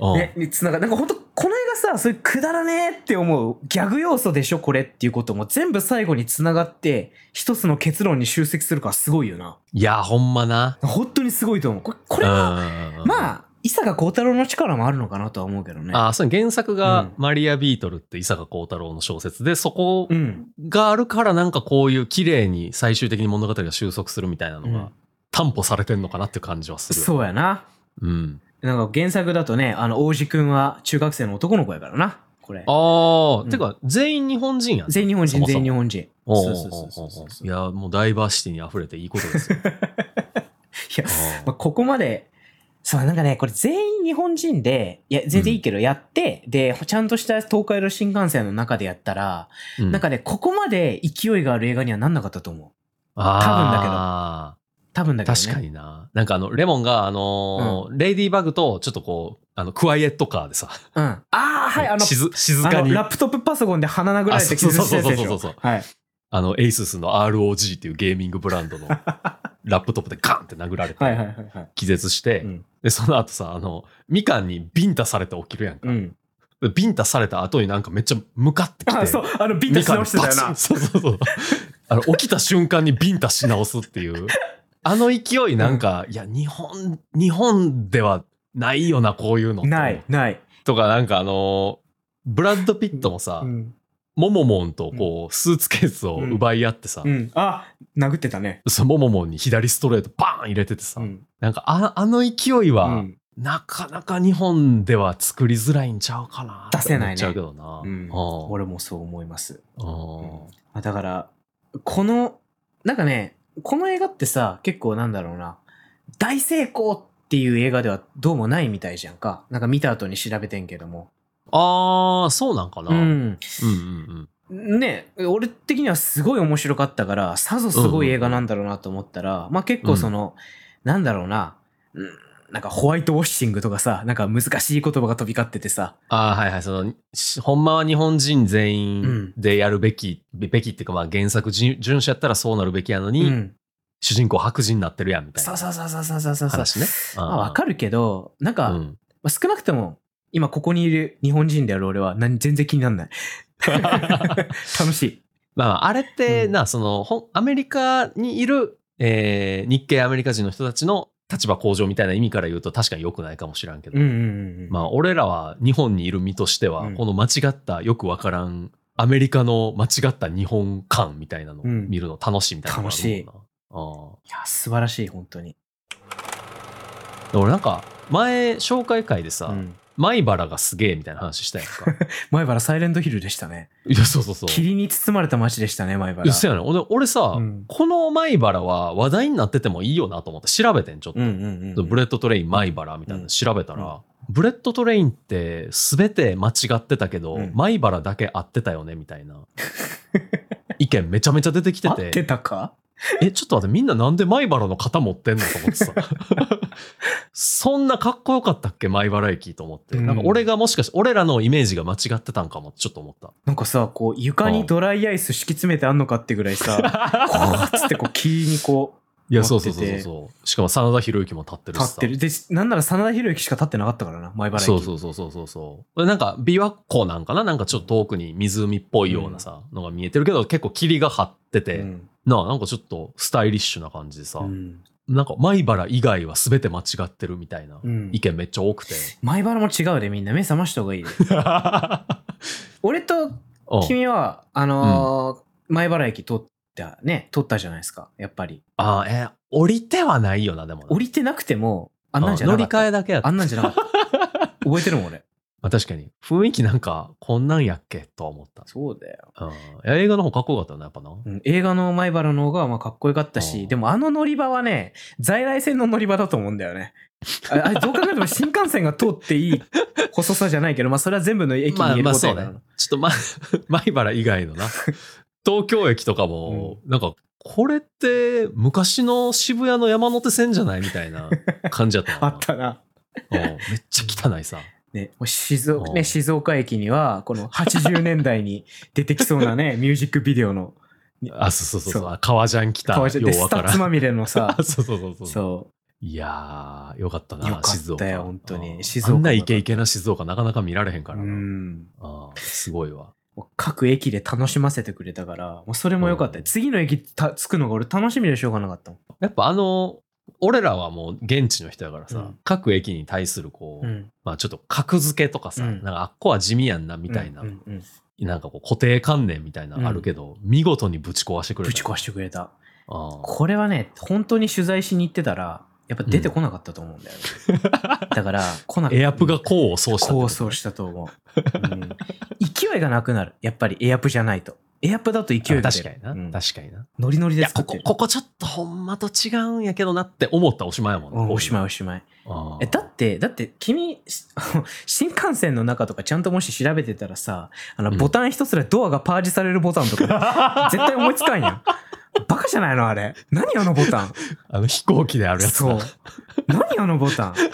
Speaker 1: うん
Speaker 2: ね、につながなんか本当この映画さ、そういうくだらねえって思うギャグ要素でしょ、これっていうことも全部最後につながって、一つの結論に集積するからすごいよな。
Speaker 1: いや、ほんまな。
Speaker 2: 本当にすごいと思う。これ、これは、
Speaker 1: まあ。
Speaker 2: まあ、伊坂幸太郎の力もあるのかなとは思うけどね。
Speaker 1: あそう原作
Speaker 2: う
Speaker 1: が
Speaker 2: ん
Speaker 1: 「マリア・ビートル」って伊坂幸太郎の小説でそこ
Speaker 2: うん。
Speaker 1: があるからなんかこういう綺麗に最終的に物語が収束するみたいなの
Speaker 2: うん
Speaker 1: が担保されてんのかなって感じはする。
Speaker 2: そうやな。
Speaker 1: うん。
Speaker 2: なんか原作だとね、あの、王子くんは中学生の男の子やからな。これ。
Speaker 1: ああ、
Speaker 2: うん
Speaker 1: てか全員日本人やん。
Speaker 2: 全日本人、
Speaker 1: そもそも
Speaker 2: 全日本人。
Speaker 1: おうおう
Speaker 2: そう
Speaker 1: お
Speaker 2: そう
Speaker 1: う
Speaker 2: そうそうそう
Speaker 1: おういや、もうダイバーシティに溢れていいことですよ。
Speaker 2: いや、 まあ、ここまで、そう、なんかね、これ全員日本人で、いや、全然いいけど、やって、で、ちゃんとした東海道新幹線の中でやったら、
Speaker 1: うん
Speaker 2: なんかね、ここまで勢いがある映画にはなんなかったと思う。
Speaker 1: あ
Speaker 2: 多分
Speaker 1: ー
Speaker 2: だけどね。
Speaker 1: 確か。にな。なんかあの、レモンがあのーレイディーバグとちょっとこう、あの、クワイエットカーでさ、
Speaker 2: うん。ああはい、あの、
Speaker 1: 静静
Speaker 2: あ
Speaker 1: か
Speaker 2: の
Speaker 1: に。
Speaker 2: ラップトップパソコンで鼻殴られて気絶したやつでし
Speaker 1: あそうそうそうそう
Speaker 2: ょ
Speaker 1: そう。
Speaker 2: はい。
Speaker 1: あの、エイススの ROG っていうゲーミングブランド のラップトップでガンって殴られ
Speaker 2: はいはい
Speaker 1: て、
Speaker 2: はいはい。
Speaker 1: 気絶して、
Speaker 2: うん
Speaker 1: で、その後さ、あの、みかんにビンタされて起きるやんか。
Speaker 2: うん。
Speaker 1: でビンタされた後になんかめっちゃ向かってき
Speaker 2: あ、
Speaker 1: て、
Speaker 2: そう、あの、ビンタし直してたよ
Speaker 1: みかんに
Speaker 2: な
Speaker 1: バ。ツンそうそうそう。あの、起きた瞬間にビンタし直すっていう。あの勢いなんか、いや、日本、日本ではないよな、こういうの。
Speaker 2: ない。、ない。
Speaker 1: とか、なんかあの、ブラッド・ピットもさ、
Speaker 2: うん。
Speaker 1: モモモンとこう、スーツケースを奪い合ってさ
Speaker 2: う、ん。あ、殴ってたね。
Speaker 1: そのモモモンに左ストレートバーン入れててさ、
Speaker 2: うん。
Speaker 1: なんかああの勢いうは、
Speaker 2: ん。
Speaker 1: なかなか日本では作りづらいんちゃうかなって
Speaker 2: 出せな
Speaker 1: 思
Speaker 2: いね
Speaker 1: っちゃうけどな。
Speaker 2: うん
Speaker 1: うん
Speaker 2: 俺もそう思います。
Speaker 1: うん
Speaker 2: あだから、この、なんかね、この映画ってさ、結構なんだろうな、大成功っていう映画ではどうもないみたいじゃんか。なんか見た後に調べてんけども。
Speaker 1: ああ、そうなんかな。
Speaker 2: う
Speaker 1: うん
Speaker 2: ん。
Speaker 1: うんうん。
Speaker 2: ね俺的にはすごい面白かったから、さぞすごい映画なんだろうなと思ったら、まあ結構その、なんだろうな、うんなんかホワイトウォッシングとかさ、なんか難しい言葉が飛び交っててさ、
Speaker 1: ああ、はいはい。その、しほんまは日本人全
Speaker 2: うん
Speaker 1: 員でやるべき、べべきっていうか、まあ原作じ遵守やったらそうなるべきやの
Speaker 2: う
Speaker 1: に、
Speaker 2: ん。
Speaker 1: 主人公白人になってるやん、みたい
Speaker 2: さ
Speaker 1: な
Speaker 2: あさあさあさあさあさあさあ
Speaker 1: 話ね。
Speaker 2: まあわか
Speaker 1: る
Speaker 2: るけど、なんか、
Speaker 1: うん。
Speaker 2: まあ、少なくとも、今ここにいる日本人である俺は何全然気になら ない。楽しい。
Speaker 1: まあ、あれって
Speaker 2: うん
Speaker 1: な、その、ほんアメリカにいる、えー日系アメリカ人の人たちの立場向上みたいな意味から言うと確かに良くないかもしらんけど、
Speaker 2: うんうんうん。
Speaker 1: まあ、俺らは日本にいる身としては、
Speaker 2: うん
Speaker 1: この間違った、よくわからん、アメリカの間違った日本感みたいなのを
Speaker 2: うん
Speaker 1: 見るの楽しいみたいなのがあるもんな。
Speaker 2: いや、素晴らしい、本当に。
Speaker 1: ああで俺なんか、前、紹介会でさ、
Speaker 2: うん
Speaker 1: 米原がすげえみたいな話したやん か。
Speaker 2: 前原サイレントヒルでしたね。
Speaker 1: いや、そうそうそう。
Speaker 2: 霧に包まれた街でしたね、前
Speaker 1: い
Speaker 2: 原。
Speaker 1: やそうやねん。俺俺さ、
Speaker 2: うん
Speaker 1: この米原は話題になっててもいいよなと思って調べてん、ちょっと。
Speaker 2: うんうんうん。
Speaker 1: ブレッドトレイン米原みたいなの調べたら、ブレッドトレインって全て間違ってたけど、
Speaker 2: うん
Speaker 1: 米原だけ合ってたよねみたい な意見めちゃめちゃ出てきて
Speaker 2: 合
Speaker 1: て
Speaker 2: ってたか
Speaker 1: えちょっと待ってみんななんで米原の型持ってんのと思って さそんなかっこよかったっけ米原駅と思って、
Speaker 2: うん
Speaker 1: なんか俺がもしかして俺らのイメージが間違ってたんかもってちょっと思った
Speaker 2: なんかさ、こう、床にドライアイス敷き詰めてあんのかってぐらい さ、こう、つってこう、霧にこ
Speaker 1: いや
Speaker 2: 持
Speaker 1: そ
Speaker 2: っ
Speaker 1: う
Speaker 2: て
Speaker 1: そ
Speaker 2: て
Speaker 1: うそうそうそうしかも真田広之も立って
Speaker 2: う、
Speaker 1: るしさ
Speaker 2: 立ってる。で、なんなら真田広之しか立ってなかったからな、前原駅。
Speaker 1: そうそうそうそうそうそうこれなんか琵琶湖なんかななんかちょっと遠くに湖っぽいようなさ、のが見えてるけど結構霧が張ってて、
Speaker 2: うん。
Speaker 1: なあなんかちょっとスタイリッシュな感じでさ、
Speaker 2: うん。
Speaker 1: なんか米原以外は全て間違ってるみたいな
Speaker 2: うん
Speaker 1: 意見めっちゃ多く て、
Speaker 2: 前原も違うで、みんな目覚ました方 がいいで。俺と
Speaker 1: うん
Speaker 2: 君は、あのー前原駅通った、ね、通ったじゃないですか、やっぱり。
Speaker 1: ああえー降りてはないよなでもな
Speaker 2: 降りてなくても、あ
Speaker 1: あ
Speaker 2: んなんじゃな
Speaker 1: 乗
Speaker 2: か
Speaker 1: り換
Speaker 2: った。
Speaker 1: えだけやった
Speaker 2: あんなんじゃなかった。覚えてるもん、俺。
Speaker 1: まあ、確かに雰囲気なんかこんなんやっけとは思った、
Speaker 2: そうだよ。
Speaker 1: うん、いや映画の方かっこよかったよなやっぱな、
Speaker 2: うん、映画の前原の方がまあかっこよかった
Speaker 1: う
Speaker 2: し、
Speaker 1: ん
Speaker 2: でもあの乗り場はね、在来線の乗り場だと思うんだよね。ああれ、どう考えても 新幹線が通っていい細さじゃないけど、まあそれは全部の駅に
Speaker 1: まあ
Speaker 2: 言える
Speaker 1: まあ
Speaker 2: こと
Speaker 1: そ
Speaker 2: や
Speaker 1: う
Speaker 2: から
Speaker 1: ね
Speaker 2: な。。
Speaker 1: ちょっと、ま、 米原以外のな、東京駅とかも、なんか、これって昔の渋谷の山手線じゃないみたい な感じだった
Speaker 2: あ
Speaker 1: な
Speaker 2: ったな。
Speaker 1: うんめっちゃ汚いさ。
Speaker 2: ね、もう静
Speaker 1: う
Speaker 2: 岡
Speaker 1: ん
Speaker 2: ね、静岡駅には、この80年代に出てきそう なね、ミュージックビデオの、
Speaker 1: あ、そうそうそうそう
Speaker 2: そ
Speaker 1: あ。革ジャン来た。
Speaker 2: かわいそうで、
Speaker 1: よう
Speaker 2: ス
Speaker 1: わか
Speaker 2: タッ
Speaker 1: ら
Speaker 2: ツ
Speaker 1: ん。、
Speaker 2: まみれのさ
Speaker 1: そうそうそうそう
Speaker 2: そ
Speaker 1: いやー、よかった
Speaker 2: よか
Speaker 1: な、
Speaker 2: ったよ
Speaker 1: 静岡。
Speaker 2: 本当に
Speaker 1: うん
Speaker 2: 静岡
Speaker 1: あんなイケイケな静岡なかなか見られへんか
Speaker 2: う。う
Speaker 1: らな。うん
Speaker 2: ん。
Speaker 1: すごいわ。
Speaker 2: もう各駅で楽しませてくれたから、もうそれもよかったよ、
Speaker 1: うん
Speaker 2: 次の駅た着くのが俺楽しみでしょうがなかったもん。
Speaker 1: やっぱあの、俺らはもう現地の人やからさ、
Speaker 2: うん
Speaker 1: 各駅に対するこう、
Speaker 2: うん。
Speaker 1: まあちょっと格付けとかさ、
Speaker 2: うん
Speaker 1: なんかあっこは地味やんなみたいな、
Speaker 2: うんうんうん
Speaker 1: なんかこう固定観念みたいなのあるけど、見事にぶち壊してくれた。
Speaker 2: ぶち壊してくれた。
Speaker 1: ああ
Speaker 2: これはね、本当に取材しに行ってたら、やっぱ出てこなかったと思うんだよ、ねだから、来なかった。
Speaker 1: エアプが功を奏したって
Speaker 2: 構
Speaker 1: こと。
Speaker 2: 想したと思う、うん勢いがなくなるやっぱりエアプじゃないとエアプだと勢いが
Speaker 1: あ
Speaker 2: 出
Speaker 1: 確
Speaker 2: る
Speaker 1: かにな、
Speaker 2: うん
Speaker 1: 確かにな。
Speaker 2: ノリノリ
Speaker 1: い
Speaker 2: で
Speaker 1: や、
Speaker 2: 作
Speaker 1: こ
Speaker 2: って
Speaker 1: こ、
Speaker 2: る
Speaker 1: ここちょっとほんまと違うんやけどなって思ったらおしまいやもん
Speaker 2: うんおしまい
Speaker 1: い。
Speaker 2: おしまい
Speaker 1: ああ
Speaker 2: えだってだって君 し新幹線の中とかちゃんともし調べてたらさあの
Speaker 1: うん
Speaker 2: ボタン一つでドアがパージされるボタンとか 絶対思いつかんやんバカじゃないのあれ何あのボタン
Speaker 1: あの飛行機であるやつ
Speaker 2: そう
Speaker 1: な。
Speaker 2: 何あのボタンどうい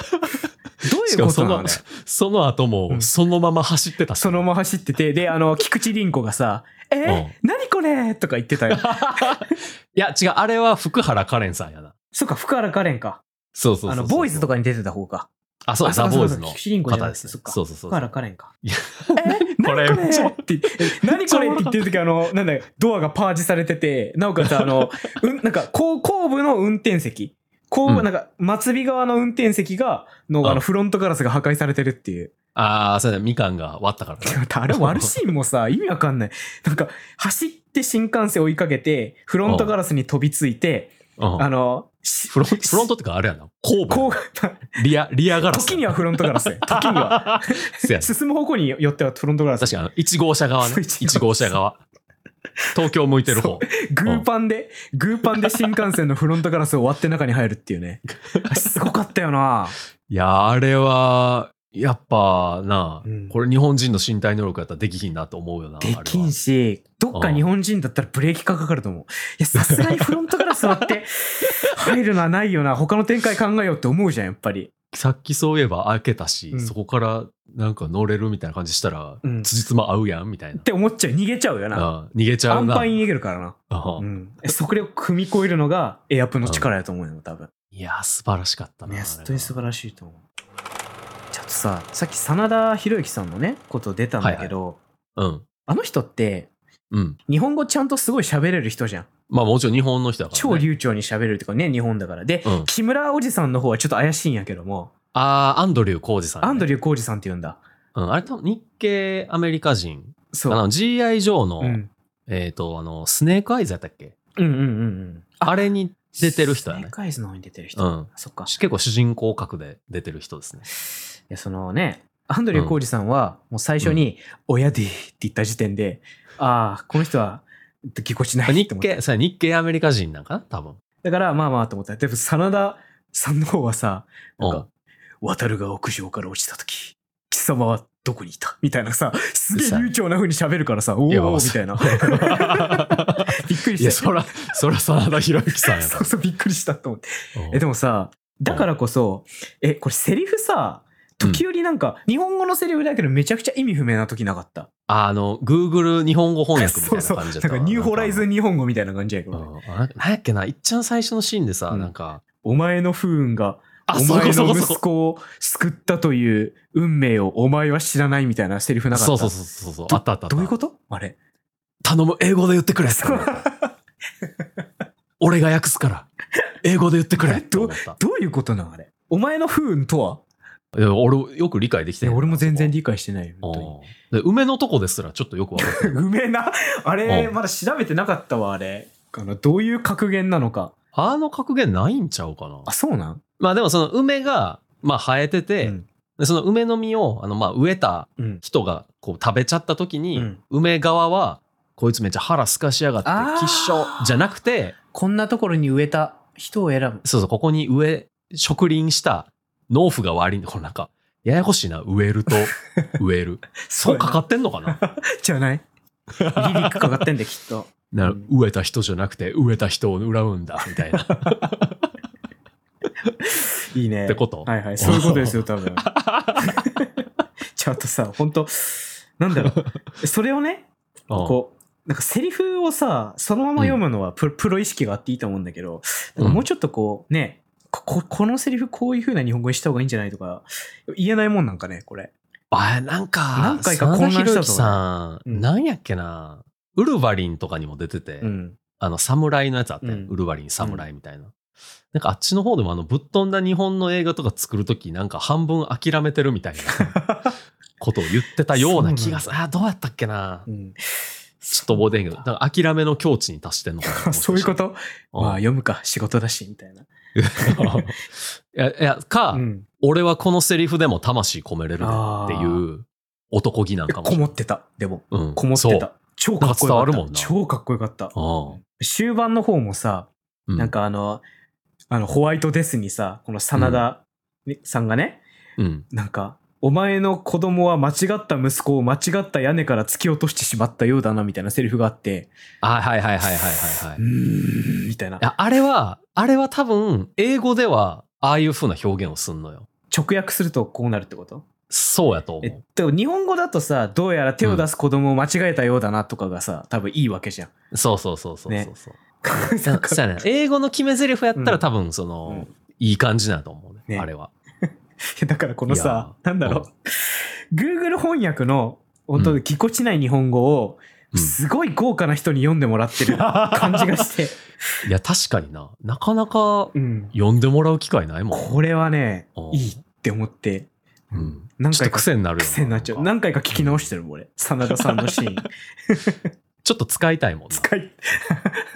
Speaker 2: うことなのね
Speaker 1: しかその後
Speaker 2: う
Speaker 1: も、
Speaker 2: ん
Speaker 1: そのまま走ってたし。
Speaker 2: そのまま走ってて、で、あの、菊池凛子がさ、え
Speaker 1: うん
Speaker 2: 何これとか言ってたよ。
Speaker 1: い や、違う、あれは福原カレンさんやな。
Speaker 2: そうか、福原カレンか。
Speaker 1: そうそうそうそう
Speaker 2: あの、ボーイズと
Speaker 1: か。
Speaker 2: かに出てた方か。
Speaker 1: あ、そう、
Speaker 2: あ
Speaker 1: ザ・
Speaker 2: か
Speaker 1: ボーイ
Speaker 2: か
Speaker 1: ズの
Speaker 2: 菊池凛子じゃな
Speaker 1: 方
Speaker 2: く
Speaker 1: です
Speaker 2: て、そ
Speaker 1: ね
Speaker 2: っ。か。
Speaker 1: そうそうそう
Speaker 2: 福。原カレンか。
Speaker 1: いや
Speaker 2: え何これ
Speaker 1: これめっちゃ
Speaker 2: って言って何これって言ってる時あの、なんだよドアがパージされてて、なおかつあ の、うん、なんか後、後部の運転席。後部、
Speaker 1: うん
Speaker 2: なんか、末尾側の運転席が、の、あ
Speaker 1: う
Speaker 2: の、
Speaker 1: ん
Speaker 2: フロントガラスが破壊されてるっていう。
Speaker 1: ああ、そうだね、みかんが割ったから
Speaker 2: で
Speaker 1: な
Speaker 2: またあれ悪シーンもさ、意味わかんない。なんか、走って新幹線追いかけて、フロントガラスに飛びついて、
Speaker 1: うん
Speaker 2: あの、し
Speaker 1: フロント、フロントってかあれやな。後部
Speaker 2: こ
Speaker 1: や
Speaker 2: う
Speaker 1: な。、リア、リアガラス。
Speaker 2: 時 にはフロントガラス、時には。
Speaker 1: は。そうやな
Speaker 2: 進む方向によってはフロントガラス。
Speaker 1: 確かにあの、1号車側ね。
Speaker 2: そう一号車
Speaker 1: 1号車側。東京向いてる方。
Speaker 2: グーパンで、グーパンで新幹線のフロントガラスを割って中に入るっていうね。すごかったよな。
Speaker 1: いや、あれは、やっぱな、
Speaker 2: うん
Speaker 1: これ日本人の身体能力やったらできひんなと思うよな。
Speaker 2: できん
Speaker 1: し。
Speaker 2: し、どっか
Speaker 1: うん
Speaker 2: 日本人だったらブレーキかかると思う。いや、さすがにフロントガラス割って入るのはないよな。他の展開考えようって思うじゃん、やっぱり。
Speaker 1: さっきそういえば開けたし、
Speaker 2: うん
Speaker 1: そこからなんか乗れるみたいな感じしたら、
Speaker 2: うん
Speaker 1: 辻褄合うやんみたいな
Speaker 2: っ。て思っちゃう。逃げちゃうよな。
Speaker 1: うん逃げちゃう
Speaker 2: 安
Speaker 1: な。
Speaker 2: パイに逃げるからな。
Speaker 1: う
Speaker 2: うんん。そこを組み越えるのがエアプの力やと思うよ、多分。
Speaker 1: いや、素晴らしかったな。
Speaker 2: ね、
Speaker 1: あれは
Speaker 2: 本当に素晴らしいと思う。ちょっとさ、さっき真田広之さんのね、こと出たんだけど、
Speaker 1: うん。
Speaker 2: あの人って、
Speaker 1: うん。
Speaker 2: 日本語ちゃんとすごい喋れる人じゃん。
Speaker 1: まあもちろん日本の人だから、ね。
Speaker 2: 超流暢に喋れるとかね、日本だから。で、
Speaker 1: うん
Speaker 2: 木村おじさんの方はちょっと怪しいんやけども、
Speaker 1: ああ、アンドリュー浩二さんね、
Speaker 2: アンドリュー浩二さんって言うんだ。
Speaker 1: うん、あれ多分日系アメリカ人。あ
Speaker 2: そう。
Speaker 1: の GI 上の、
Speaker 2: うん、
Speaker 1: えっ、と、あの、スネークアイズやったっけ
Speaker 2: うんうんうんうん。
Speaker 1: あれに出てる人や
Speaker 2: スネ
Speaker 1: ね
Speaker 2: ー。クアイズの方に出てる人。
Speaker 1: うん
Speaker 2: そっか。い
Speaker 1: 結構主人公格で出てる人 ですね。
Speaker 2: や、そのね、アンドリュー浩二さんは、もう最初に、親でって言った時点で、ああ、この人は、ぎこちない
Speaker 1: 日
Speaker 2: と思って
Speaker 1: 系、それ日系アメリカ人なんかな 多分。
Speaker 2: だから、まあまあと思った。でも、真田さんの方はさ、なん
Speaker 1: う
Speaker 2: か
Speaker 1: ん、
Speaker 2: 渡るが屋上から落ちたとき、貴様はどこにいたみたいなさ、すげえ流暢な風に喋るからさ、おお
Speaker 1: いやまあ
Speaker 2: みたいな。 びっくり
Speaker 1: いや、
Speaker 2: した
Speaker 1: そ
Speaker 2: よ。
Speaker 1: ら、そら、真田広之さんや
Speaker 2: そ
Speaker 1: か
Speaker 2: うそう、びっくりしたと思って。
Speaker 1: ら。うん
Speaker 2: え、でもさ、だからこそ、え、これセリフさ、時折なんか、日本語のセリフだけどめちゃくちゃ意味不明な時なかった。
Speaker 1: あの、Google 日本語翻訳みたいな
Speaker 2: そう
Speaker 1: 感じ
Speaker 2: そ
Speaker 1: だ
Speaker 2: う。
Speaker 1: っ
Speaker 2: な
Speaker 1: た
Speaker 2: んかニューホライズン日本語みたいな感じやけ
Speaker 1: う
Speaker 2: どね、
Speaker 1: んあななんやっけな、いっちゃん最初のシーンでさ、
Speaker 2: うん
Speaker 1: なんか、
Speaker 2: お前の不運が
Speaker 1: あ、
Speaker 2: お
Speaker 1: そ
Speaker 2: 前
Speaker 1: こそこ
Speaker 2: の
Speaker 1: そ
Speaker 2: 息
Speaker 1: こ。
Speaker 2: 子を救ったという運命をお前は知らないみたいなセリフなかった。
Speaker 1: そうそうそうそうそう。
Speaker 2: ど
Speaker 1: あったあったあった。
Speaker 2: どういうことあれ。
Speaker 1: 頼む、英語で言ってくれって思った。俺が訳すから。英語で言ってくれ って思った。
Speaker 2: どういうことなんあれ。お前の不運とはい
Speaker 1: や俺、よく理解でき
Speaker 2: い
Speaker 1: て
Speaker 2: や
Speaker 1: ん
Speaker 2: 俺も全然理解してないよ。本当に
Speaker 1: うんで梅のとこですらちょっとよくわか んない
Speaker 2: うめえな。あれ、
Speaker 1: うん
Speaker 2: まだ調べてなかったわ、あれ。あのどういう格言なのか。
Speaker 1: あの格言ないんちゃうかな
Speaker 2: あ、そうなん
Speaker 1: まあでもその梅が、まあ生えてて、
Speaker 2: うん
Speaker 1: でその梅の実を、あの、まあ植えた
Speaker 2: うん。
Speaker 1: 人がこう食べちゃった時に、
Speaker 2: うん
Speaker 1: 梅側は、こいつめっちゃ腹すかしやがって
Speaker 2: あー、
Speaker 1: 吉祥じゃなくて、
Speaker 2: こんなところに植えた人を選ぶ。
Speaker 1: そうそう、ここに植え、植林した農夫が悪いんだ。これなんか、ややこしいな。植え ると植える。そうかか
Speaker 2: っ
Speaker 1: ってんのかな
Speaker 2: ちゃない リリックかかってんで、きっと。
Speaker 1: な植えた人じゃなくて、植えた人を恨むんだ、みたい な。っ
Speaker 2: いいね。
Speaker 1: てこと。
Speaker 2: はいはい、そういうことですよ、多分。ちゃんとさ、本当なんだろ う、それをね、
Speaker 1: うん
Speaker 2: こう、なんかセリフをさ、そのまま読むのはプ,、プロ意識があっていいと思うんだけど、なんかもうちょっとこう、ね、こここのセリフこういう風な日本語にした方がいいんじゃないとか、言えないもんなんかね、これ。
Speaker 1: あ、なんか、
Speaker 2: 何回か混乱
Speaker 1: 真
Speaker 2: したぞ
Speaker 1: 田広之さ
Speaker 2: うん
Speaker 1: ん、なんやっけな。ウルヴァリンとかにも出てて、
Speaker 2: うん。
Speaker 1: あの、侍のやつあったよ、
Speaker 2: うん
Speaker 1: ウルヴァリン侍みたいな。なんかあっちの方でもあの、ぶっ飛んだ日本の映画とか作るとき、なんか半分諦めてるみたいなことを言ってたような気が する。あ、どうやったっけな
Speaker 2: う。ん、
Speaker 1: ちょっと覚えてんけど、だから諦めの境地に達してんのかな。
Speaker 2: そういうこと
Speaker 1: うん
Speaker 2: まあ、読むか、仕事だし、みたいな。
Speaker 1: い や、いやか、
Speaker 2: うん。
Speaker 1: 俺はこのセリフでも魂込めれるねって
Speaker 2: あ
Speaker 1: いう男気なんかもし
Speaker 2: こ
Speaker 1: れな
Speaker 2: も
Speaker 1: い。
Speaker 2: ってた、でも。
Speaker 1: うん
Speaker 2: こもって
Speaker 1: そう
Speaker 2: た。超かっこ
Speaker 1: なんか
Speaker 2: よか
Speaker 1: 伝
Speaker 2: っ
Speaker 1: わ
Speaker 2: た。
Speaker 1: るもんな
Speaker 2: 超かっこよかった。
Speaker 1: あ
Speaker 2: 終盤の方もさ、
Speaker 1: あう
Speaker 2: なん、かあの、あの、ホワイトデスにさ、この真田ねさんがね、
Speaker 1: うん。
Speaker 2: なんか、お前の子供は間違った息子を間違った屋根から突き落としてしまったようだな、みたいなセリフがあって、
Speaker 1: あはいはいはいはいはい、はいう
Speaker 2: ー。ん、みたいな。
Speaker 1: いやあれは、あれは多分、英語では、ああいう風な表現をすんのよ。
Speaker 2: 直訳するとこうなるってこと
Speaker 1: そうやと思
Speaker 2: え
Speaker 1: う
Speaker 2: っ。と、日本語だとさ、どうやら手を出す子供を間違えたようだなとかがさ、多分いいわけじゃん。
Speaker 1: そうそうそうそうそうそう。
Speaker 2: な
Speaker 1: なん
Speaker 2: か
Speaker 1: かそうやね英語の決め台詞やった
Speaker 2: うん
Speaker 1: ら多分その、
Speaker 2: う
Speaker 1: いい感じなんやと思うね
Speaker 2: ね
Speaker 1: あれは。
Speaker 2: だからこのさ、
Speaker 1: いやー
Speaker 2: なんだろう、Google 翻訳の音でぎこちない日本語を、
Speaker 1: うん
Speaker 2: すごい豪華な人に読んでもらってる 感じが して、
Speaker 1: いや確かにななかなか
Speaker 2: うん、
Speaker 1: 呼んでもらう機会ないもん。
Speaker 2: これはね
Speaker 1: う、ん
Speaker 2: いいって思って、
Speaker 1: うん
Speaker 2: 何
Speaker 1: ちょっ
Speaker 2: 回
Speaker 1: と
Speaker 2: か
Speaker 1: 癖になるよ
Speaker 2: 癖になっちゃう。
Speaker 1: なんか
Speaker 2: 何回か聞き直してるもん、俺。真田さんのシーン。
Speaker 1: ちょっと使いたいもんな。
Speaker 2: 使い、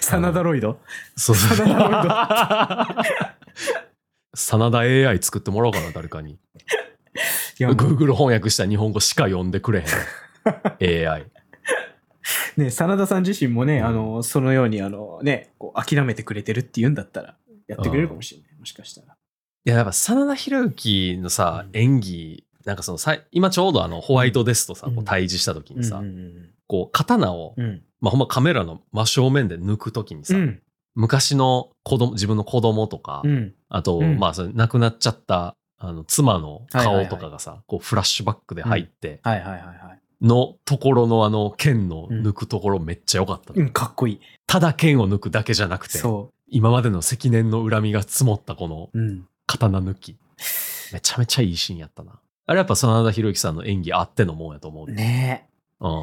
Speaker 2: 真田ロイド
Speaker 1: そう そう
Speaker 2: 真田ロイド。
Speaker 1: 真田 AI 作ってもらおうかな誰かに。
Speaker 2: いや、もう
Speaker 1: Google 翻訳した日本語しか読んでくれ へん AI。
Speaker 2: ね、真田さん自身もね、
Speaker 1: うん
Speaker 2: あの、そのように、あの、ね、こう諦めてくれてるって言うんだったら、やってくれるかもしれない。もしかしたら。
Speaker 1: いや、やっぱ、真田広之のさ、
Speaker 2: うん
Speaker 1: 演技、なんかそのさ、今ちょうどあの、ホワイトデスとさ、
Speaker 2: うん
Speaker 1: こう対峙した時にさ、
Speaker 2: うんうん
Speaker 1: こう、刀を、
Speaker 2: うんうん。
Speaker 1: まあ、ほんまカメラの真正面で抜く時にさ、
Speaker 2: うん。
Speaker 1: 昔の子供、自分の子供とか、
Speaker 2: うん。
Speaker 1: あと、
Speaker 2: うん
Speaker 1: まあ、それ亡くなっちゃった、あの、妻の顔とかがさ、こう、フラッシュバックで入って、
Speaker 2: はいはいはいはい。
Speaker 1: のところのあの、剣の抜くところめっちゃ良かったの、
Speaker 2: うん、かっこいい。
Speaker 1: ただ剣を抜くだけじゃなくて、
Speaker 2: そ
Speaker 1: 今までの積年の恨みが積もったこの
Speaker 2: う。うん。
Speaker 1: 刀抜 き。めちゃめちゃいいシーンやったな。あれやっぱ真田広之さんの演技あってのもんやと思う。
Speaker 2: ねえ。
Speaker 1: うん。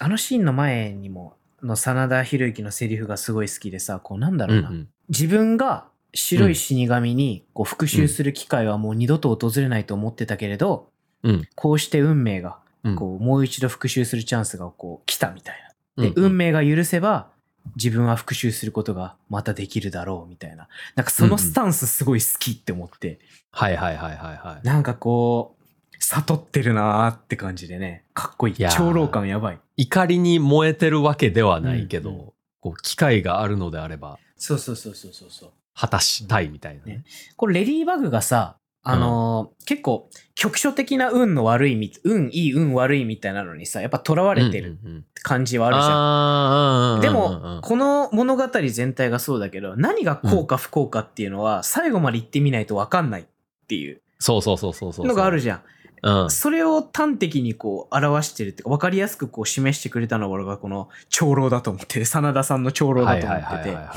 Speaker 2: あのシーンの前にも、の真田広之のセリフがすごい好きでさ、こうなんだろうな。
Speaker 1: うんうん
Speaker 2: 自分が白い死神にこう復讐する機会はもう二度と訪れないと思ってたけれど、
Speaker 1: うん
Speaker 2: こうして運命が、
Speaker 1: うん
Speaker 2: こうもう一度復讐するチャンスがこう来たみたいな。
Speaker 1: うん
Speaker 2: で、運命が許せば、自分は復讐することがまたできるだろうみたいな。なんかそのスタンスすごい好きって思って、
Speaker 1: はいはいはいはいはい。
Speaker 2: なんかこう、悟ってるなーって感じでね、かっこいい。
Speaker 1: いやー
Speaker 2: 長老感やばい。
Speaker 1: 怒りに燃えてるわけではないけど、
Speaker 2: うんうん
Speaker 1: こう機会があるのであれば
Speaker 2: そうそうそうそうそうそう。
Speaker 1: 果たしたいみたいなね。
Speaker 2: ねこれレディーバグがさ、あのー結構局所的な運の悪いみ、運いい運悪いみたいなのにさ、やっぱ囚われてる
Speaker 1: うんうんうん
Speaker 2: 感じはあるじゃん。
Speaker 1: ある
Speaker 2: でも、この物語全体がそうだけど、何がこうか不幸かっていうのは、最後まで言ってみないと分かんないっていう
Speaker 1: そうそうそうそうそう。
Speaker 2: のがあるじゃん。
Speaker 1: うん。
Speaker 2: それを端的にこう表してるっていうか、分かりやすくこう示してくれたのは俺がこの長老だと思ってて、真田さんの長老
Speaker 1: は
Speaker 2: だ
Speaker 1: い
Speaker 2: と思
Speaker 1: はい
Speaker 2: って
Speaker 1: はいはい
Speaker 2: て
Speaker 1: はい。。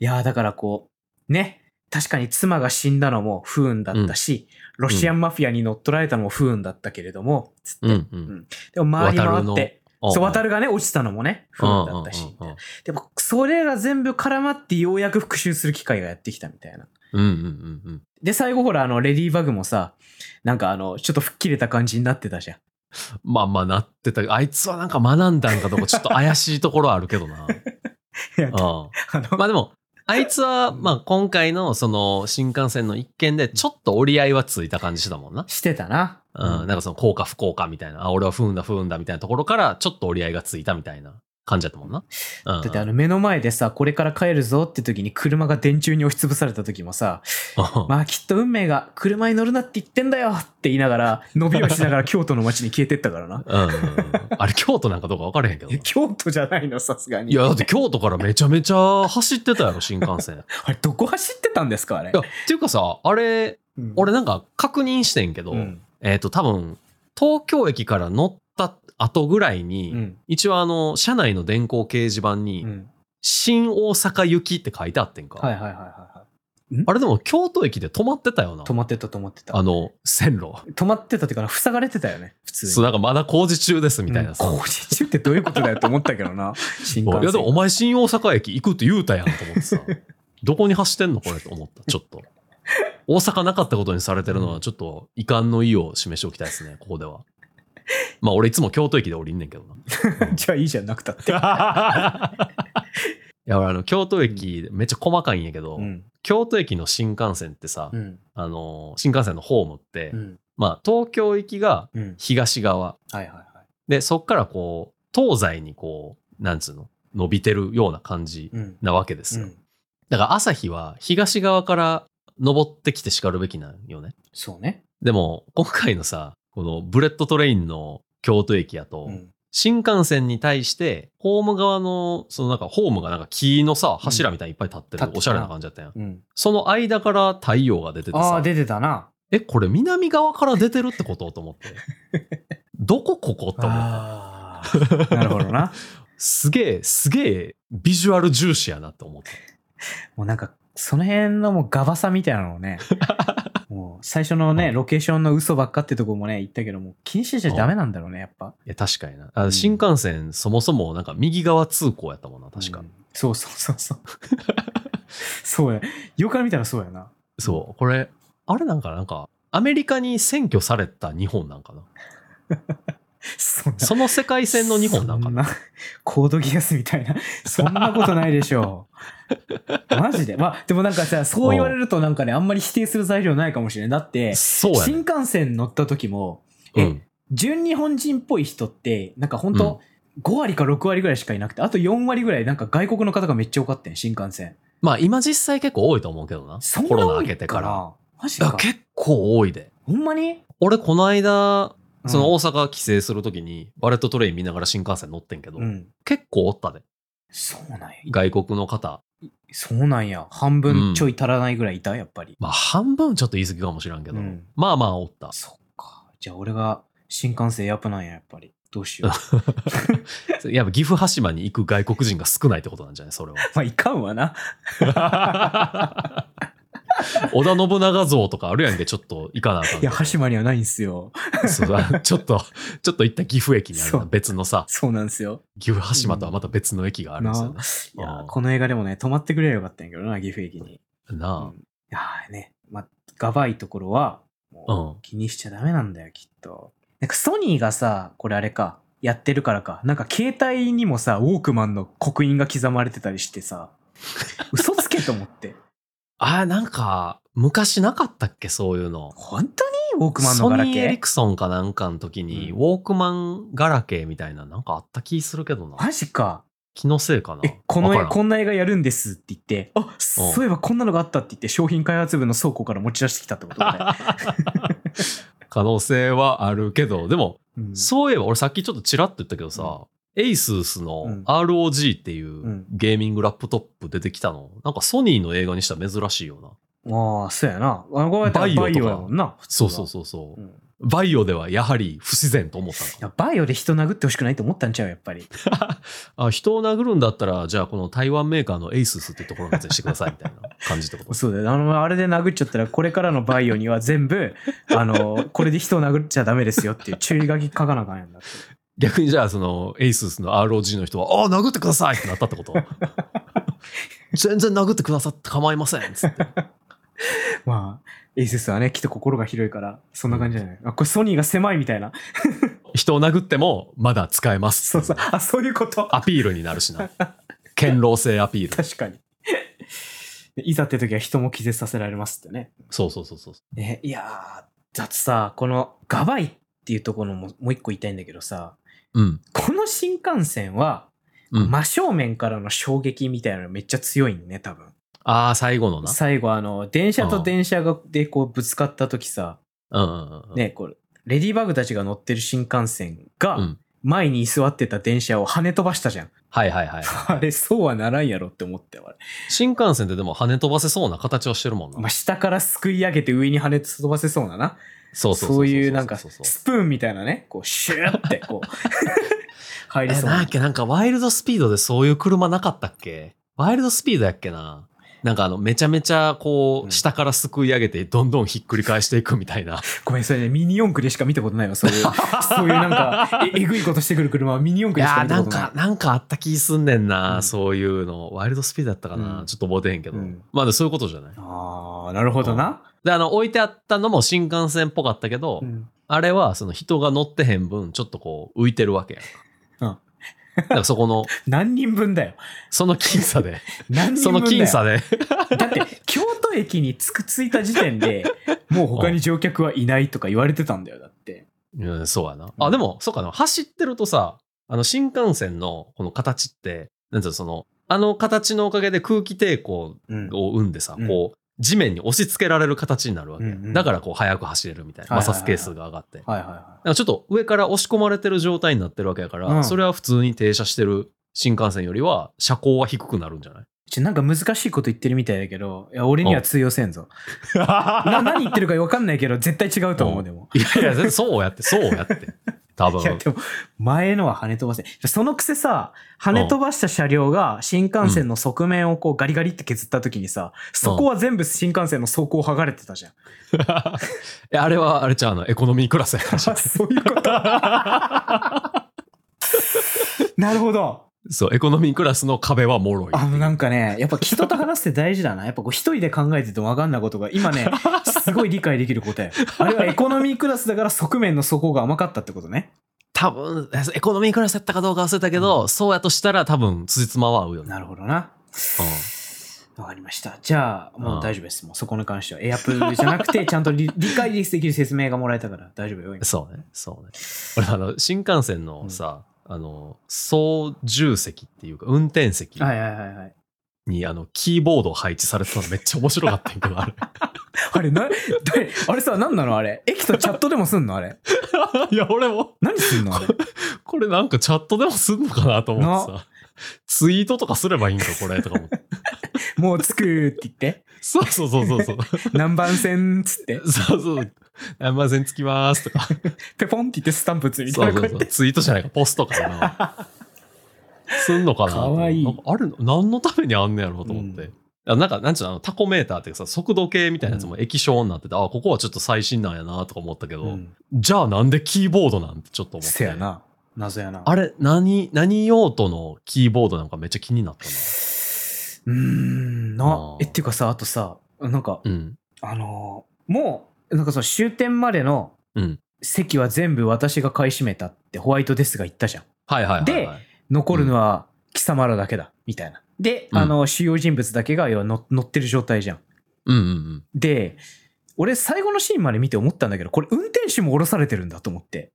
Speaker 2: いやーだからこう、ね、確かに妻が死んだのも不運だったし、ロシアンマフィアに乗っ取られたのも不運だったけれども、つって、
Speaker 1: うんう
Speaker 2: うん
Speaker 1: ん。
Speaker 2: でも回り回って、
Speaker 1: うん
Speaker 2: そう、渡るがね、落ちたのもね、不運だったし。
Speaker 1: うんうん
Speaker 2: でも、それら全部絡まって、ようやく復讐する機会がやってきたみたいな。
Speaker 1: うんうんうんうんうん。
Speaker 2: で、最後ほら、あの、レディーバグもさ、なんかあの、ちょっと吹っ切れた感じになってたじゃん。
Speaker 1: まあまあなってた。あいつはなんか学んだんかとかちょっと怪しいところはあるけど な。
Speaker 2: いや
Speaker 1: うん。
Speaker 2: あの、
Speaker 1: まあでも、あいつは、まあ今回のその新幹線の一件で、ちょっと折り合いはついた感じだもんな。
Speaker 2: してたな。
Speaker 1: うん、なんかその、こうか不幸かみたいな、あ、俺は不運だ不運だみたいなところから、ちょっと折り合いがついたみたいな感じだったもんな。うん。
Speaker 2: だってあの、目の前でさ、これから帰るぞって時に車が電柱に押しつぶされた時もさ、
Speaker 1: うん
Speaker 2: まあきっと運命が車に乗るなって言ってんだよって言いながら、伸びをしながら京都の街に消えてったからな。
Speaker 1: うんうんうんあれ、京都なんかどうか分からへんけどな。い
Speaker 2: 京都じゃないの、さすがに。
Speaker 1: や、だって京都からめちゃめちゃ走ってたやろ、新幹線。い
Speaker 2: あれ、どこ走ってたんですか、あれ。
Speaker 1: や、っていうかさ、あれ、
Speaker 2: うん
Speaker 1: 俺なんか確認してんけど、
Speaker 2: うん。
Speaker 1: えっ、と、多分、東京駅から乗った後ぐらいうに、
Speaker 2: ん。
Speaker 1: 一応あの、車内の電光掲示板に、
Speaker 2: うん
Speaker 1: 新大阪行きって書いてあってんか。
Speaker 2: はいはいはいはいは。。
Speaker 1: あれでも京都駅で止まってたよない
Speaker 2: 止まってた、止まってた。
Speaker 1: あの、線路。
Speaker 2: 止まってたっていうかな、塞がれてたよね、普通に。
Speaker 1: そう、なんかまだ工事中ですみたい
Speaker 2: うん
Speaker 1: なさ。
Speaker 2: 工事中ってどういうことだよって思ったけどな、新幹線。
Speaker 1: いやでもお前新大阪駅行くって言うたやんと思って さ。どこに走ってんのこれと思った。ちょっと。大阪なかったことにされてるのはちょっと遺憾の意を示しておきたいですね、ここでは。まあ俺いつも京都駅で降りんねんけ どな。
Speaker 2: じゃあいいじゃんなくたって。
Speaker 1: いや俺あの京都駅めっちゃ細かいんやけど、
Speaker 2: うん。
Speaker 1: 京都駅の新幹線ってさ、
Speaker 2: うん。
Speaker 1: あの新幹線のホームって、
Speaker 2: うん。
Speaker 1: まあ、東京行きが
Speaker 2: うん。
Speaker 1: 東側
Speaker 2: はいはいは
Speaker 1: でそっからこう東西にこうなんつうの伸びてるような感じ
Speaker 2: い。うん。
Speaker 1: なわけです
Speaker 2: う
Speaker 1: よ、
Speaker 2: ん。
Speaker 1: だから朝日は東側から登ってきてしかるべきなんよね
Speaker 2: そうね。
Speaker 1: でも今回のさこのブレッドトレインの京都駅やと、
Speaker 2: うん。
Speaker 1: 新幹線に対してホーム側のそのなんかホームがなんか木のさ柱みたいにいっぱい立って
Speaker 2: 立
Speaker 1: る、
Speaker 2: ってた
Speaker 1: おしゃれな感じだったやん
Speaker 2: うん。
Speaker 1: その間から太陽が出てて
Speaker 2: あ
Speaker 1: さ
Speaker 2: あ、出てたな。
Speaker 1: え、これ南側から出てるってことと思 って。どこここと思って。
Speaker 2: ああ。なるほどな。
Speaker 1: すげえ、すげえ、ビジュアル重視やなって思った。
Speaker 2: もうなんか、その辺のもうガバさみたいなのを ね、もう最初の
Speaker 1: う
Speaker 2: ね、
Speaker 1: ん
Speaker 2: ロケーションの嘘ばっかってとこもね、言ったけども、禁止しちゃダメなんだろうね、やっぱ。
Speaker 1: いや、確かにな。
Speaker 2: う
Speaker 1: あ
Speaker 2: ん
Speaker 1: 新幹線、そもそもなんか右側通行やったもんな、確か。
Speaker 2: うんそうそうそ うそう。そうや。よくから見たらそうやな。
Speaker 1: そう、これ、あれなんかなんか、アメリカに占拠された日本なんか な。
Speaker 2: そんな。
Speaker 1: その世界線の日本なんかな。
Speaker 2: そ コードギアスみたいな。そんなことないでしょ う。マジで。まあ、でもなんかさ、そう言われるとなんかね、あんまり否定する材料ないかもしれない。だって、
Speaker 1: そうやね。
Speaker 2: 新幹線乗った時も、
Speaker 1: う
Speaker 2: え
Speaker 1: ん。
Speaker 2: 純日本人っぽい人って、なんか本当、5割か6割ぐらいしかいなくて、あと4割ぐらい、なんか外国の方がめっちゃ多かったん新幹線。
Speaker 1: まあ今実際結構多いと思うけどな。
Speaker 2: そん
Speaker 1: コ
Speaker 2: な
Speaker 1: ロナ
Speaker 2: 多
Speaker 1: 明
Speaker 2: い
Speaker 1: けて
Speaker 2: か
Speaker 1: から。
Speaker 2: ら。マジ
Speaker 1: いや
Speaker 2: か。
Speaker 1: 結構多いで。
Speaker 2: ほんまに
Speaker 1: 俺、この間、その
Speaker 2: うん
Speaker 1: 大阪帰省するときに、バレットトレイン見ながら新幹線乗ってんけど、
Speaker 2: うん。
Speaker 1: 結構おったで。
Speaker 2: そうなんや。
Speaker 1: 外国の方。
Speaker 2: そうなんや。半分ちょい足らないぐらいいた、やっぱり。
Speaker 1: まあ半分ちょっと言い過ぎかもしらんけど、
Speaker 2: うん
Speaker 1: まあまあおった。
Speaker 2: そっか。じゃあ俺が新幹線やっぱなんや、やっぱり。どうし よう。
Speaker 1: やっぱ岐阜羽島に行く外国人が少ないってことなんじゃないそれは。
Speaker 2: まあいかんわな。
Speaker 1: 織田信長像とかあるやんけ、ちょっと行かなあかんけど。
Speaker 2: いや、羽島にはないんすよ。
Speaker 1: そうだちょっと、ちょっと行った岐阜駅にある
Speaker 2: そ
Speaker 1: な
Speaker 2: う
Speaker 1: 別のさ、
Speaker 2: そうなんすよ。
Speaker 1: 岐阜羽島とはまた別の駅があるんですよね。
Speaker 2: いや
Speaker 1: あー
Speaker 2: ー、この映画でもね、泊まってくれればよかったんやけどな、岐阜駅に。
Speaker 1: な
Speaker 2: うんいやーね、まあ、がばいところは、も
Speaker 1: うん
Speaker 2: う気にしちゃダメなんだよ、きっと。なんかソニーがさ、これあれか、やってるからか、なんか携帯にもさ、ウォークマンの刻印が刻まれてたりし てさ、嘘つけと思って。
Speaker 1: あ。あ、なんか、昔なかったっけ、そういうの。
Speaker 2: 本当にウォークマンの
Speaker 1: ソ
Speaker 2: ガラ
Speaker 1: ニー・エ
Speaker 2: ケ
Speaker 1: リ
Speaker 2: ー
Speaker 1: クソンかなんかの時に、
Speaker 2: うん
Speaker 1: ウォークマンガラケーみたいな、なんかあった気するけどな。
Speaker 2: マジか。
Speaker 1: 気のせいかな。
Speaker 2: え、この
Speaker 1: わか
Speaker 2: 絵、
Speaker 1: らん
Speaker 2: こんな映画やるんですって言って、あ、そういえばこんなのがあったって言って、商品開発部の倉庫から持ち出してきたってこと だね。
Speaker 1: 可能性はあるけど、でも、
Speaker 2: うん
Speaker 1: そういえば俺さっきちょっとちらっと言ったけどさ、エイスース
Speaker 2: う
Speaker 1: の
Speaker 2: ん
Speaker 1: ROG っていううんゲーミングラップトップ出てきたの、なんかソニーの映画にしたら珍しいよな。
Speaker 2: ああ、そうやな。あこうやった
Speaker 1: バイオ
Speaker 2: ら
Speaker 1: と
Speaker 2: バ
Speaker 1: か
Speaker 2: イオやもんな。普通
Speaker 1: そ
Speaker 2: は
Speaker 1: うそうそうそう。
Speaker 2: うん
Speaker 1: バイオではやはり不自然と思ったの
Speaker 2: い
Speaker 1: か
Speaker 2: やバイオで人殴ってほしくないと思ったんちゃうやっぱり。
Speaker 1: あ人を殴るんだったら、じゃあこの台湾メーカーのエイスースってところのやつにしてくださいみたいな感じって こと。
Speaker 2: そうだよ。あの、あれで殴っちゃったら、これからのバイオには全部、あの、これで人を殴っちゃダメですよっていう注意書き書かなあかんやんだって。
Speaker 1: 逆にじゃあそのエイスースの ROG の人は「ああ殴ってください!」ってなったってこと 全然殴ってくださって構いませんっつって
Speaker 2: まあ、エイセスはね、きっと心が広いから、そんな感じじゃない。あ、これソニーが狭いみたいな。
Speaker 1: 人を殴ってもまだ使えます
Speaker 2: そうそう。あ、そういうこと。
Speaker 1: アピールになるしな堅牢性アピール
Speaker 2: 確かに。でいざって時は人も気絶させられますってね。
Speaker 1: そうそうそうそう
Speaker 2: ねいやー、だってさ、このガバイっていうところももう一個言いたいんだけどさ、
Speaker 1: うん
Speaker 2: この新幹線は、
Speaker 1: うん、
Speaker 2: 真正面からの衝撃みたいなのめっちゃ強いんね、多分。
Speaker 1: ああ最後のな
Speaker 2: 最後、あの、電車と電車がでこうぶつかった時さ、
Speaker 1: うんうんうんうん
Speaker 2: ね、こう、レディーバグたちが乗ってる新幹線
Speaker 1: う
Speaker 2: が
Speaker 1: ん、
Speaker 2: 前に居座ってた電車を跳ね飛ばしたじゃん。
Speaker 1: はいはいはい
Speaker 2: あれ、そうはならんやろって思ったよ、あれ。
Speaker 1: 新幹線ってでも跳ね飛ばせそうな形をしてるもんな、
Speaker 2: まあ、下からすくい上げて上に跳ね飛ばせそうなな。
Speaker 1: そうそうそう
Speaker 2: そういうなんか、
Speaker 1: そうそう
Speaker 2: スプーンみたいなね、こう、シューって、こう、 入
Speaker 1: え
Speaker 2: りそ
Speaker 1: な
Speaker 2: う
Speaker 1: んや
Speaker 2: な
Speaker 1: っ。けなんかワイルドスピードでそういう車なかったっけワイルドスピードやっけななんかあのめちゃめちゃこ
Speaker 2: うん
Speaker 1: う下からすくい上げてどんどんひっくり返していくみたい な
Speaker 2: ごめん、それね、ミニ四駆でしか見たことないわ、そういう。そういうなんか、ええぐいことしてくる車はミニ四
Speaker 1: い
Speaker 2: 駆で
Speaker 1: や
Speaker 2: しか
Speaker 1: ー
Speaker 2: 見た
Speaker 1: な
Speaker 2: こ
Speaker 1: ん
Speaker 2: とない。
Speaker 1: かなんかあった気すんねんな、
Speaker 2: うん
Speaker 1: そういうのワイルドスピードだったかな、
Speaker 2: うん
Speaker 1: ちょっと覚えてへんけど、
Speaker 2: うん
Speaker 1: まあでもそういうことじゃない
Speaker 2: ああ、なるほどな。
Speaker 1: であの置いてあったのも新幹線っぽかったけど、
Speaker 2: うん
Speaker 1: あれはその人が乗ってへん分ちょっとこう浮いてるわけやんか、だからそこの
Speaker 2: 何人分だよ。
Speaker 1: その僅差 で
Speaker 2: 何人
Speaker 1: その
Speaker 2: 分だよ。
Speaker 1: 僅差で
Speaker 2: だって、京都駅に着く着いた時点 で、もう他に乗客はいないとか言われてたんだよ、だって。
Speaker 1: うん、そうやな。
Speaker 2: う
Speaker 1: あ、
Speaker 2: ん
Speaker 1: でも、そうかな。走ってるとさ、あの、新幹線のこの形って、なんつうの、その、あの形のおかげで空気抵抗
Speaker 2: うん
Speaker 1: を生んでさ、
Speaker 2: うん
Speaker 1: こう、地面に押し付けられる形になるわけ。
Speaker 2: うんうん
Speaker 1: だから、こう、速く走れるみたいな。
Speaker 2: はいはいはい
Speaker 1: 摩擦係数が上がって。だか
Speaker 2: はいはいは
Speaker 1: らちょっと上から押し込まれてる状態になってるわけやから、
Speaker 2: うん
Speaker 1: それは普通に停車してる新幹線よりは、車高は低くなるんじゃない
Speaker 2: ちょなんか難しいこと言ってるみたいだけど、いや俺には通用せんぞ。な何言ってるか分かんないけど、絶対違うと思
Speaker 1: う
Speaker 2: う、
Speaker 1: ん
Speaker 2: でも。
Speaker 1: いやいや、そうやって、そうやって。多
Speaker 2: いや、
Speaker 1: 分。
Speaker 2: でも、前のは跳ね飛ばせ。そのくせさ、跳ね飛ばした車両が新幹線の側面をこうガリガリって削った時にさ、そこは全部新幹線の走行剥がれてたじゃん。
Speaker 1: いやあれは、あれちゃうの、エコノミークラスやからし
Speaker 2: あそういうこと。 なるほど。
Speaker 1: そう、エコノミークラスの壁はもろい。
Speaker 2: あのなんかね、やっぱ人と話すって大事だな。やっぱこう一人で考えてても分かんないことが、今ね、すごい理解できる答え。あれはエコノミークラスだから側面の底が甘かったってことね。
Speaker 1: 多分、エコノミークラスやったかどうか忘れたけど、そうやとしたら多分、辻褄は合うよね。
Speaker 2: なるほどな。
Speaker 1: う
Speaker 2: わかりました。じゃあ、も
Speaker 1: あ
Speaker 2: う
Speaker 1: あ
Speaker 2: 大丈夫です。もうそこに関しては。エアプールじゃなくて、ちゃんと理理解できる説明がもらえたから大丈夫よ。今
Speaker 1: ん。そうね、そうね。俺、あの、新幹線のさ、あの、操縦席っていうか、運転席
Speaker 2: はいはいはいはい。
Speaker 1: に、あの、キーボードを配置されてたのめっちゃ面白かったんやけど、あれ。
Speaker 2: あれ、な、誰あれさ、何なのあれ。駅とチャットでもすんのあれ。
Speaker 1: いや、俺も、
Speaker 2: 何すん のあれ。
Speaker 1: これなんかチャットでもすんのかなと思ってさ、ツイートとかすればいいんか、これ、とか思って。
Speaker 2: もう着くって言って。
Speaker 1: そうそうそうそうそう。
Speaker 2: 何番線っつって。
Speaker 1: そうそう。何万線つきますとか。
Speaker 2: ペポンって言ってスタンプつみた
Speaker 1: そう
Speaker 2: いな。
Speaker 1: そう
Speaker 2: こ
Speaker 1: そうう
Speaker 2: やって
Speaker 1: ツイートじゃないか、ポストかな。すんのかな
Speaker 2: かわいい
Speaker 1: なんあるの何のためにあんねやろうと思って。あなんか、なんちゅうの、あのタコメーターっていうかさ、速度計みたいなやつも液晶になってて、あ、ここはちょっと最新なんやなとか思ったけど、
Speaker 2: うん
Speaker 1: じゃあなんでキーボードなんてちょっと思って。
Speaker 2: せやな。謎やな。
Speaker 1: あれ、何、何用途のキーボードなんかめっちゃ気になった
Speaker 2: うーん、な
Speaker 1: あ。ー
Speaker 2: え、っていうかさ、あとさ、なんか、
Speaker 1: な。うん。
Speaker 2: あのーもう、なんかその終点までの
Speaker 1: うん
Speaker 2: 席は全部私が買い占めたってホワイトデスが言ったじゃん。
Speaker 1: はいはいはい、はい。
Speaker 2: で、残るのは貴様らだけだ、みたいな。で、
Speaker 1: うん
Speaker 2: あの、主要人物だけが要はの乗ってる状態じゃん。
Speaker 1: うんうんうん。
Speaker 2: で、俺最後のシーンまで見て思ったんだけど、これ運転手も降ろされてるんだと思って。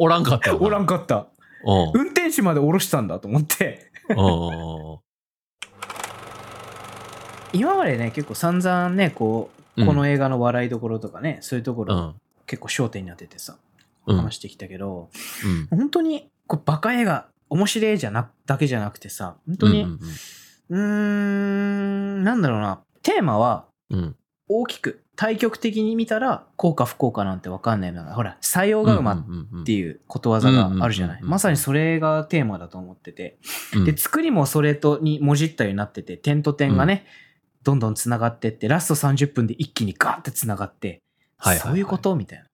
Speaker 1: おらんかったよな。
Speaker 2: おらんかった。
Speaker 1: うん。
Speaker 2: 運転手まで降ろしたんだと思って。
Speaker 1: こ
Speaker 2: 今までね、結構散々ね、こう、この映画の笑いどころとかね、そういうとこ
Speaker 1: う
Speaker 2: ろ
Speaker 1: ん。
Speaker 2: 結構焦点に当ててさ、
Speaker 1: うん。
Speaker 2: 話してきたけど、
Speaker 1: うん
Speaker 2: 本当にこうバカ映画面白いじゃなだけじゃなくてさ本当に
Speaker 1: う
Speaker 2: うんーんなんだろうなテーマは
Speaker 1: うんうん。
Speaker 2: 大きく対極的に見たら効果不効果なんて分かんないのがほら採用が馬っ
Speaker 1: って
Speaker 2: いうことわざがあるじゃ
Speaker 1: うんうんうんう
Speaker 2: ない
Speaker 1: んうん
Speaker 2: まさにそれがテーマだと思ってて
Speaker 1: うん
Speaker 2: で作りもそれとにもじったようになってて点と点がねどんどんつながってってラスト30分で一気にガーってつながって
Speaker 1: はいはいはい
Speaker 2: そういうことみたいな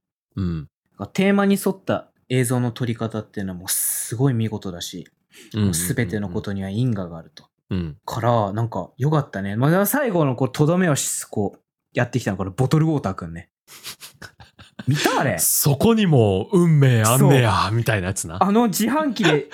Speaker 1: うん
Speaker 2: だからテーマに沿った映像の撮り方っていうのはもうすごい見事だし
Speaker 1: うん
Speaker 2: 全てのことには因果があると。
Speaker 1: うん
Speaker 2: から、なんか、よかったね。まあ、最後のこう、とどめをし、こう、やってきたの、これ、ボトルウォーター くんね。見たあれ
Speaker 1: そこにも運命あんねやみたいなやつな
Speaker 2: あの自販 機で、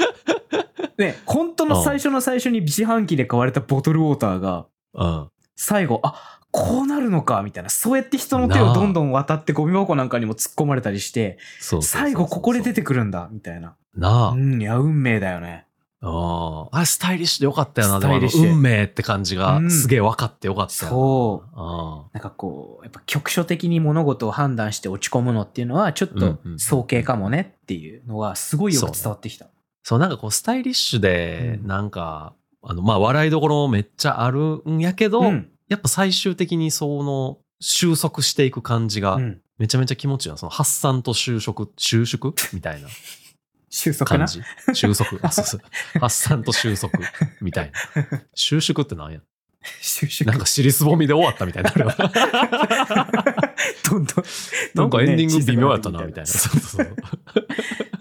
Speaker 2: ね、本当の最初の最初に自販機で買われたボトルウォーターが、
Speaker 1: うん
Speaker 2: 最後、あこうなるのかみたいな。そうやって人の手をどんどん渡って、ゴミ箱なんかにも突っ込まれたりして、
Speaker 1: そうそうそうそう
Speaker 2: 最後ここで出てくるんだみたいな。
Speaker 1: な
Speaker 2: うん、いや、運命だよね。
Speaker 1: あああスタイリッシュでよかったよな
Speaker 2: スタイリッシュ
Speaker 1: でもあの運命って感じが
Speaker 2: うん
Speaker 1: すげえ分かってよかったよ
Speaker 2: そう。
Speaker 1: なあ
Speaker 2: なんかこう、やっぱ局所的に物事を判断して落ち込むのっていうのは、ちょっと
Speaker 1: うんうん
Speaker 2: 早計かもねっていうのは、すごいよく伝わってきた。
Speaker 1: そうなんかこうスタイリッシュで
Speaker 2: うん
Speaker 1: なんかあのまあ笑いどころもめっちゃあるんやけど
Speaker 2: うん。
Speaker 1: やっぱ最終的にその収束していく感じが
Speaker 2: うん。
Speaker 1: めちゃめちゃ気持ちいいなその発散と収束収縮み たいな
Speaker 2: 収束
Speaker 1: 感
Speaker 2: な。
Speaker 1: じ。収 束。あ、そうそう。発散と収束みたいな。収縮ってなんや
Speaker 2: 収
Speaker 1: な
Speaker 2: 束
Speaker 1: ん。か尻すぼみで終わったみたいになるよな。
Speaker 2: どんど
Speaker 1: な
Speaker 2: ん。ど
Speaker 1: ん
Speaker 2: ど
Speaker 1: か
Speaker 2: ね
Speaker 1: エンディング微妙やったな、みたいな。
Speaker 2: 小さ
Speaker 1: そうそうそう。
Speaker 2: くな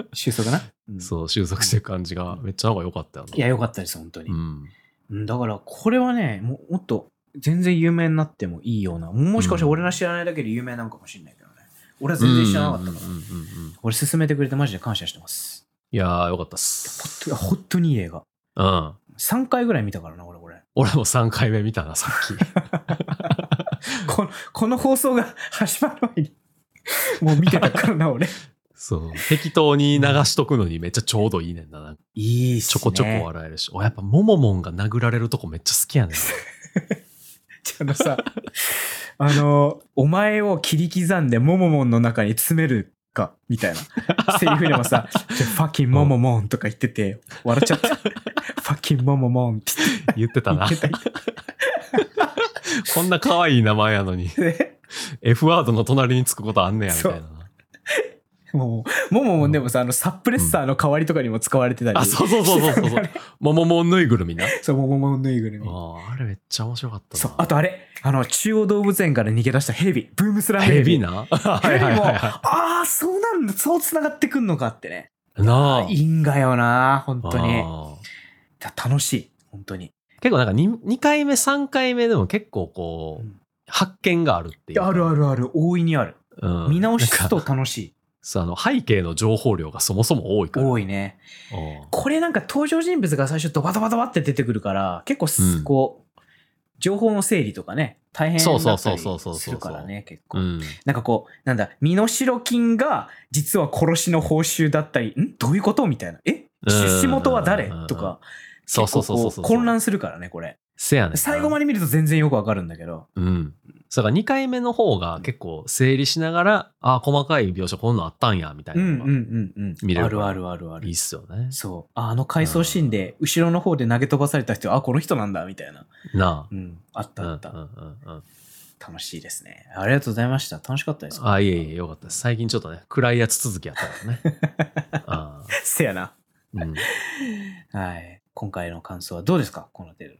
Speaker 2: って収束な。うん
Speaker 1: そう、 収束していく感じがめっちゃなんか良かったよな。
Speaker 2: いや、よかったです、本当に
Speaker 1: う。ん。
Speaker 2: うんだから、これはね、ももっと全然有名になってもいいような。もしかしたら俺の知らないだけで有名なのかもしれないけどね。俺は全然知らなかったから
Speaker 1: うん。うんうんうんうん
Speaker 2: 俺勧めてくれてマジで感謝してます。
Speaker 1: いやー、良かったっ
Speaker 2: 本
Speaker 1: す。
Speaker 2: 当本当にいい映画。
Speaker 1: うん。
Speaker 2: 3回ぐらい見たからな、俺、これ。
Speaker 1: 俺も3回目見たな、さっ き。
Speaker 2: このこの放送が始まる前 にもう見てたからな俺
Speaker 1: そう。適当に流しとくのにめっちゃちょうどいいねんな。なんか
Speaker 2: いいっす
Speaker 1: ちょこちょこ
Speaker 2: あ
Speaker 1: 笑えるし。お、やっぱモモモンが殴られるとこめっちゃ好きやねん。
Speaker 2: のさあの「お前を切り刻んでモモモンの中に詰めるか」みたいなセリフで もさ「じゃファッキンモモモン」とか言ってて笑っちゃった「ファッキンモモモン」って言って
Speaker 1: 言ってたな。
Speaker 2: 言ってた
Speaker 1: こんな可愛い名前やのに、
Speaker 2: で
Speaker 1: F ワードの隣につくことあんねや、みたいな。
Speaker 2: もうもももでもさあのサップレッサーの代わりとかにも使われてたり、
Speaker 1: あ、そうそうそうそうそう そう。もももぬいぐるみな。あ
Speaker 2: そうもももぬいぐるみ
Speaker 1: ーあれめっちゃ面白かったな。
Speaker 2: そうあとあれあの中央動物園から逃げ出したヘビブームスラム
Speaker 1: ヘ
Speaker 2: ヘビ
Speaker 1: ビな。は
Speaker 2: ヘ
Speaker 1: い
Speaker 2: ビ
Speaker 1: はい
Speaker 2: も
Speaker 1: はい
Speaker 2: あ
Speaker 1: は
Speaker 2: あーそうなんだそうつながってくんのかってね
Speaker 1: い。なあ。
Speaker 2: いいんがよな本当に
Speaker 1: あー
Speaker 2: た楽しい本当に
Speaker 1: 結構なんか 2, 2回目、3回目でも結構こう、
Speaker 2: うん
Speaker 1: 発見があるっていう。
Speaker 2: あるあるある大いにある
Speaker 1: うん
Speaker 2: 見直しす
Speaker 1: な
Speaker 2: る
Speaker 1: んか
Speaker 2: と楽しい
Speaker 1: そうあの背景の情報量がそもそも多いから。
Speaker 2: 多いね
Speaker 1: うん
Speaker 2: これなんか登場人物が最初ドバドバドバって出てくるから結構
Speaker 1: う
Speaker 2: す
Speaker 1: ん
Speaker 2: こう、情報の整理とかね大変だ
Speaker 1: そうそう
Speaker 2: っ
Speaker 1: そ
Speaker 2: た
Speaker 1: う
Speaker 2: り
Speaker 1: そうそう
Speaker 2: するからね結構、
Speaker 1: うん。
Speaker 2: なんかこうなんだ身代金が実は殺しの報酬だったりんどういうことみたいなえ
Speaker 1: うん
Speaker 2: 出資元は誰
Speaker 1: うん
Speaker 2: とか
Speaker 1: そうそうそうそう
Speaker 2: 結
Speaker 1: そ
Speaker 2: 構
Speaker 1: う。
Speaker 2: こう混乱するからねこれ
Speaker 1: せやねんな。
Speaker 2: 最後まで見ると全然よくわかるんだけど
Speaker 1: うん。そうか、2回目の方が結構整理しながら、ああ、細かい描写こんなんあったんや、みたい
Speaker 2: うん
Speaker 1: な
Speaker 2: う
Speaker 1: の
Speaker 2: ん
Speaker 1: が。
Speaker 2: うんうん
Speaker 1: 見れる
Speaker 2: あるあるあるある
Speaker 1: いいっすよね。
Speaker 2: そうああの回想シーンで後ろの方で投げ飛ばされた人あこの人なんだみたいな、
Speaker 1: なあ。
Speaker 2: うん、あったあった、
Speaker 1: うんうんうんうん、
Speaker 2: 楽しいですね。ありがとうございました。楽しかったです。
Speaker 1: あ、いえいえ、よかったです。最近ちょっとね、暗いやつ続きやったからね。 あー
Speaker 2: せやな。
Speaker 1: うん、い
Speaker 2: はい。今回の感想はどうですかこの程度で。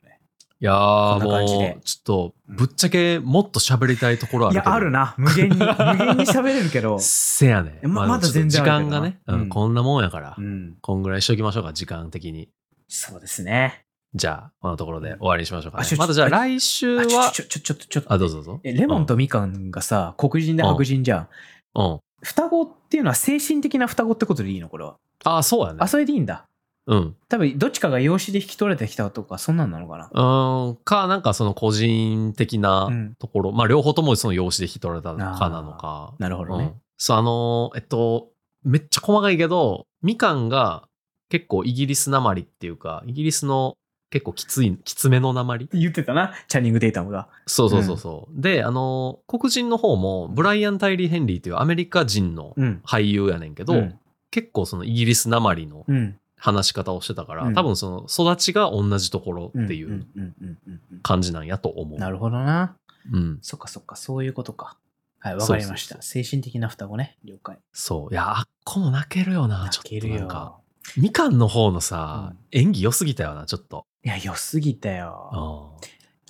Speaker 1: やー、
Speaker 2: こんな感じで
Speaker 1: もう、ちょっと、ぶっちゃけ、もっと喋りたいところあ
Speaker 2: い
Speaker 1: るけ
Speaker 2: や、
Speaker 1: ど。
Speaker 2: あるな。無 限に、無限に喋れるけど。
Speaker 1: せやね。
Speaker 2: ままだ全然
Speaker 1: ちょっと
Speaker 2: あ
Speaker 1: 時間
Speaker 2: るけど
Speaker 1: が
Speaker 2: な
Speaker 1: ね、うん
Speaker 2: うん
Speaker 1: こんなもんやから、
Speaker 2: うん。
Speaker 1: こんぐらいしときましょうか、時間的に。
Speaker 2: そうですね。
Speaker 1: じゃあ、このところで終わりにしましょうか、
Speaker 2: あ
Speaker 1: ね
Speaker 2: ちょ。
Speaker 1: またじゃあ
Speaker 2: ちょ
Speaker 1: 来週
Speaker 2: あ、
Speaker 1: は、
Speaker 2: ちょ、ちょ、ちょ、ちょ、ちょっと。
Speaker 1: あ、どうぞどうぞ。
Speaker 2: え、レモンとみかんがさ、黒人で白人じゃん。
Speaker 1: うん。うん。
Speaker 2: 双子っていうのは精神的な双子ってことでいいのこれは。
Speaker 1: あ、そうやね
Speaker 2: あ、。それでいいんだ。
Speaker 1: うん。
Speaker 2: 多分、どっちかが養子で引き取られてきたとか、そんなんなのかな。
Speaker 1: うーん。か、なんかその個人的
Speaker 2: う。
Speaker 1: なんところ、まあ両方ともその養子で引き取られたかなのか。
Speaker 2: なるほど
Speaker 1: う
Speaker 2: ね。
Speaker 1: ん。そう、あのー、えっと、めっちゃ細かいけど、みかんが結構イギリスなまりっていうか、イギリスの結構きつい、きつめのなまり
Speaker 2: 言ってたな、チャニング・データムが。
Speaker 1: そうそうそうそう。で、あのー、黒人の方も、ブライアン・タイリー・ヘンリーっていうアメリカ人の
Speaker 2: うん。
Speaker 1: 俳優やねんけど、
Speaker 2: うん
Speaker 1: 結構そのイギリスなまりの
Speaker 2: うん。
Speaker 1: 話し方をしてたから、
Speaker 2: うん
Speaker 1: 多分その育ちが同じところ
Speaker 2: うん。
Speaker 1: っていうん
Speaker 2: うんうんうんうん。
Speaker 1: 感じなんやと思う。
Speaker 2: なるほどな。
Speaker 1: うん。
Speaker 2: そっかそっか、そういうことか。はい、
Speaker 1: そ
Speaker 2: わ
Speaker 1: うそ
Speaker 2: か
Speaker 1: うそう
Speaker 2: りました。精神的な双子ね。了解。
Speaker 1: そう。いや、あっこも泣けるよな、
Speaker 2: 泣け
Speaker 1: ちょ
Speaker 2: る
Speaker 1: っとなん
Speaker 2: よ。
Speaker 1: か。みかんの方のさ、演技良すぎたよな、ちょっと。
Speaker 2: いや、良すぎた
Speaker 1: う
Speaker 2: よ。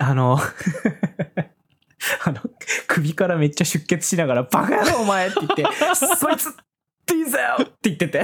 Speaker 1: ん
Speaker 2: あの、あの、首からめっちゃ出血しながら、バカ野郎お前って言 って、そいつっていいぜよって言ってて。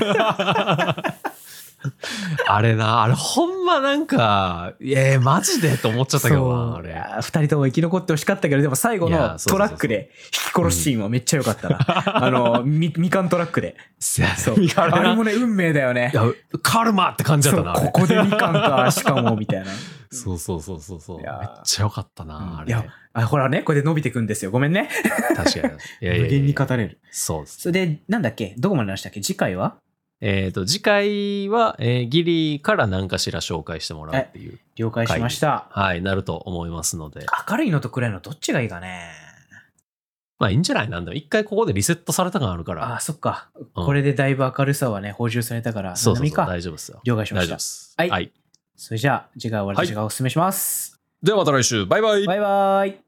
Speaker 1: あれな、あれほんまなんか、ええマジでと思っちゃったけどな、あ
Speaker 2: い
Speaker 1: れ。
Speaker 2: や二人とも生き残ってほしかったけど、でも最後
Speaker 1: いや
Speaker 2: の
Speaker 1: そうそ
Speaker 2: ト
Speaker 1: うそう
Speaker 2: ラックで引き殺すシーンはめっちゃ良かったな。 あの、み、みかんトラックで。
Speaker 1: せやね
Speaker 2: そう
Speaker 1: み。かん
Speaker 2: あれ
Speaker 1: な
Speaker 2: もね、運命だよね
Speaker 1: い。や、カルマって感じだ
Speaker 2: そ
Speaker 1: っ
Speaker 2: う、
Speaker 1: たな、あ
Speaker 2: こ
Speaker 1: れ。
Speaker 2: こでみかんか、しかも、みたいな。
Speaker 1: そうそうそうそうそう。
Speaker 2: い
Speaker 1: めっ
Speaker 2: やー
Speaker 1: ちゃ良かったな、あ
Speaker 2: い
Speaker 1: れ。
Speaker 2: や、あ、ほらね、これで伸びてくんですよ。ごめんね。
Speaker 1: 確かに。いやいやいや
Speaker 2: 無限に語れる。
Speaker 1: そうです。
Speaker 2: それで、なんだっけどこまで話したっけ次回は
Speaker 1: えっ、と、次回は、えーギリから何かしら紹介してもらうっていう、
Speaker 2: 了解しました。
Speaker 1: はい、なると思いますので、
Speaker 2: 明るいのと暗いのどっちがいいかね
Speaker 1: まあいいんじゃないなんでも、一回ここでリセットされた感あるか
Speaker 2: あ
Speaker 1: ら、
Speaker 2: そっか。
Speaker 1: うん
Speaker 2: これでだいぶ明るさはね、補充されたから、
Speaker 1: そう
Speaker 2: な
Speaker 1: そ
Speaker 2: な
Speaker 1: う
Speaker 2: み
Speaker 1: そう、
Speaker 2: か。
Speaker 1: 大丈夫ですよ。
Speaker 2: 了解しま
Speaker 1: 大
Speaker 2: し
Speaker 1: 丈夫
Speaker 2: た
Speaker 1: で。す。
Speaker 2: はいそれじゃあ、次回は私がお勧めします。
Speaker 1: ではまた来週、バイバイ。
Speaker 2: バイバイ。